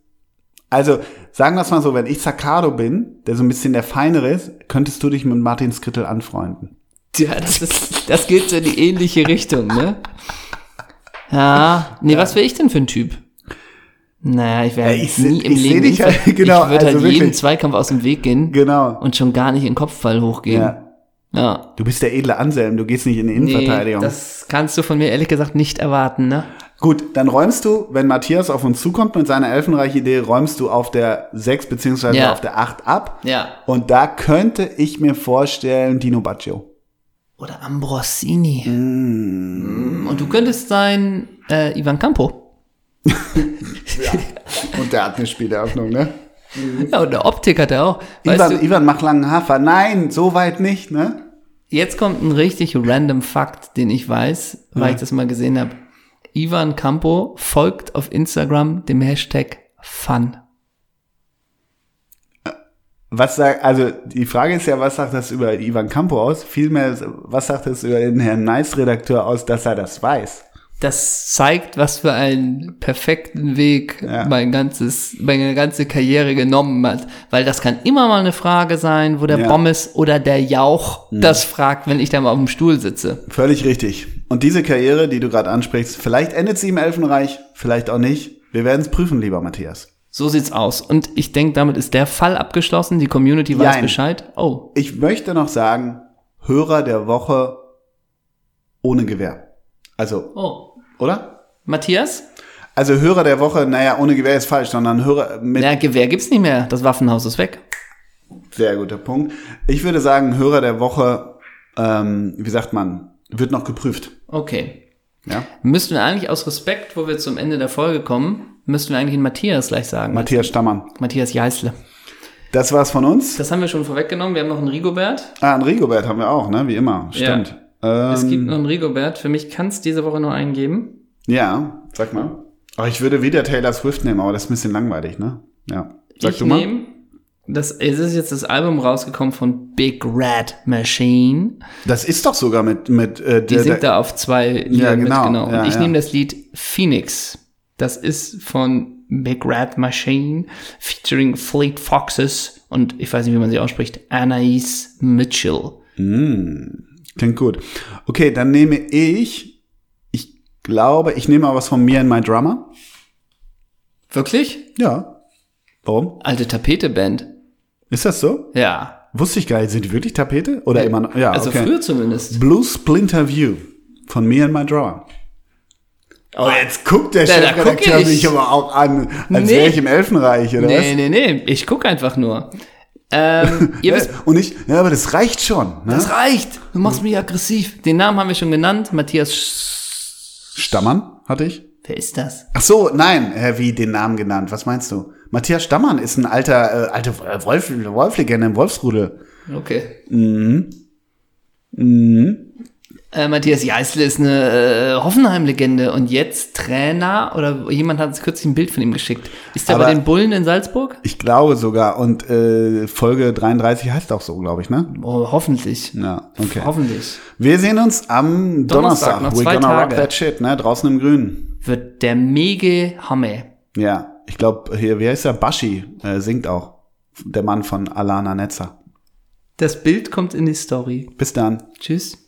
Speaker 1: also sagen wir es mal so, wenn ich Zaccardo bin, der so ein bisschen der Feinere ist, könntest du dich mit Martin Skrittel anfreunden.
Speaker 2: Ja, das, ist, das geht so in die ähnliche Richtung, ne? Ja. Nee, was wäre ich denn für ein Typ? Naja, ich wäre
Speaker 1: Ja, ich seh-
Speaker 2: nie im
Speaker 1: ich seh
Speaker 2: Leben.
Speaker 1: dich halt-
Speaker 2: Infa- ich
Speaker 1: genau,
Speaker 2: würde
Speaker 1: also
Speaker 2: halt jeden
Speaker 1: wirklich.
Speaker 2: Zweikampf aus dem Weg gehen
Speaker 1: Genau.
Speaker 2: und schon gar nicht in den Kopfball hochgehen. Ja.
Speaker 1: Ja. Du bist der edle Anselm, du gehst nicht in die
Speaker 2: Nee,
Speaker 1: Innenverteidigung.
Speaker 2: das kannst du von mir ehrlich gesagt nicht erwarten, ne?
Speaker 1: Gut, dann räumst du, wenn Matthias auf uns zukommt mit seiner Elfenreich-Idee, räumst du auf der 6 beziehungsweise
Speaker 2: Ja.
Speaker 1: auf der 8 ab.
Speaker 2: Ja.
Speaker 1: Und da könnte ich mir vorstellen, Dino Baggio.
Speaker 2: Oder Ambrosini. Mm, Und du könntest sein äh, Ivan Campo.
Speaker 1: Und der hat eine Spieleröffnung, ne?
Speaker 2: Ja, und der Optik hat er auch. Weißt
Speaker 1: Ivan,
Speaker 2: du,
Speaker 1: Ivan, mach langen Hafer. Nein, so weit nicht, ne?
Speaker 2: Jetzt kommt ein richtig random Fakt, den ich weiß, weil ich das mal gesehen habe. Ivan Campo folgt auf Instagram dem Hashtag Fun.
Speaker 1: Was sagt, also die Frage ist ja, was sagt das über Ivan Campo aus? Vielmehr, ist, was sagt das über den Herrn Nice-Redakteur aus, dass er das weiß?
Speaker 2: Das zeigt, was für einen perfekten Weg
Speaker 1: Ja.
Speaker 2: mein ganzes, meine ganze Karriere genommen hat. Weil das kann immer mal eine Frage sein, wo der
Speaker 1: Ja. Mhm.
Speaker 2: Bommes oder der Jauch das fragt, wenn ich da mal auf dem Stuhl sitze.
Speaker 1: Völlig richtig. Und diese Karriere, die du gerade ansprichst, vielleicht endet sie im Elfenreich, vielleicht auch nicht. Wir werden es prüfen, lieber Matthias.
Speaker 2: So sieht's aus. Und ich denke, damit ist der Fall abgeschlossen. Die Community weiß
Speaker 1: Jein.
Speaker 2: Bescheid. Oh,
Speaker 1: Ich möchte noch sagen, Hörer der Woche ohne Gewehr. Also,
Speaker 2: oh.
Speaker 1: oder?
Speaker 2: Matthias?
Speaker 1: Also Hörer der Woche, naja, ohne Gewehr ist falsch, sondern Hörer mit
Speaker 2: Ja, Gewehr gibt's nicht mehr. Das Waffenhaus ist weg.
Speaker 1: Sehr guter Punkt. Ich würde sagen, Hörer der Woche, ähm, wie sagt man, wird noch geprüft.
Speaker 2: Okay.
Speaker 1: Ja?
Speaker 2: Müssten wir eigentlich aus Respekt, wo wir zum Ende der Folge kommen, müssten wir eigentlich den Matthias gleich sagen.
Speaker 1: Matthias Stammann.
Speaker 2: Matthias Jeißle.
Speaker 1: Das war's von uns.
Speaker 2: Das haben wir schon vorweggenommen. Wir haben noch einen Rigobert.
Speaker 1: Ah, einen Rigobert haben wir auch, ne? Wie immer. Stimmt. Ja,
Speaker 2: Es
Speaker 1: ähm,
Speaker 2: gibt noch einen Rigobert. Für mich kann's diese Woche nur einen geben.
Speaker 1: ja sag mal. Oh, ich würde wieder Taylor Swift nehmen, aber das ist ein bisschen langweilig, ne? Ja. Sag
Speaker 2: ich
Speaker 1: du mal.
Speaker 2: nehme. Das, es ist jetzt das Album rausgekommen von Big Red Machine.
Speaker 1: Das ist doch sogar mit, mit äh,
Speaker 2: Die
Speaker 1: der-
Speaker 2: singt
Speaker 1: der-
Speaker 2: da auf zwei Lieder
Speaker 1: Ja,
Speaker 2: mit,
Speaker 1: genau,
Speaker 2: genau. Und
Speaker 1: ja,
Speaker 2: ich
Speaker 1: ja.
Speaker 2: nehme das Lied Phoenix. Das ist von Big Red Machine featuring Fleet Foxes und ich weiß nicht, wie man sie ausspricht, Anais Mitchell.
Speaker 1: Klingt gut. Okay, dann nehme ich, ich glaube, ich nehme auch was von mir in My Drummer.
Speaker 2: Wirklich?
Speaker 1: Ja. Warum?
Speaker 2: Alte Tapete-Band.
Speaker 1: Ist das so?
Speaker 2: Ja.
Speaker 1: Wusste ich gar nicht. Sind die wirklich Tapete? Oder immer noch? Ja,
Speaker 2: also
Speaker 1: Ah, okay.
Speaker 2: früher zumindest.
Speaker 1: Blue Splinter View von Me and My Drawer. Oh, jetzt guckt der
Speaker 2: da
Speaker 1: Chefredakteur
Speaker 2: guck ich.
Speaker 1: mich aber auch an, als
Speaker 2: Nee.
Speaker 1: wäre ich im Elfenreich, oder
Speaker 2: Nee, nee, nee. Ich gucke einfach nur. Ähm, ihr
Speaker 1: was?
Speaker 2: wisst,
Speaker 1: Und ich, ja, aber das reicht schon. Ne?
Speaker 2: das reicht. Du machst mich aggressiv. Den Namen haben wir schon genannt. Matthias. Sch-
Speaker 1: Stammann hatte ich.
Speaker 2: Wer ist das?
Speaker 1: Ach so, nein, äh, wie den Namen genannt. Was meinst du? Matthias Stammann ist ein alter, äh, alter äh, Wolf, Wolflegende im Wolfsrudel.
Speaker 2: Okay. Mhm. Äh, Matthias Jeißle ist eine äh, Hoffenheim-Legende und jetzt Trainer oder jemand hat uns kürzlich ein Bild von ihm geschickt. Ist der
Speaker 1: Aber-
Speaker 2: bei den Bullen in Salzburg?
Speaker 1: Ich glaube sogar. Und äh, Folge 33 heißt auch so, glaube ich, ne?
Speaker 2: Oh, hoffentlich.
Speaker 1: Ja, okay.
Speaker 2: Hoffentlich.
Speaker 1: Wir sehen uns am Donnerstag.
Speaker 2: Donnerstag, noch zwei
Speaker 1: We're gonna rock
Speaker 2: Tage.
Speaker 1: that shit, ne? Draußen im Grünen.
Speaker 2: Wird der mega Hamme.
Speaker 1: Ja, ich glaube, hier, wie heißt der? Bashi äh, singt auch. Der Mann von Alana Netzer.
Speaker 2: Das Bild kommt in die Story.
Speaker 1: Bis dann.
Speaker 2: Tschüss.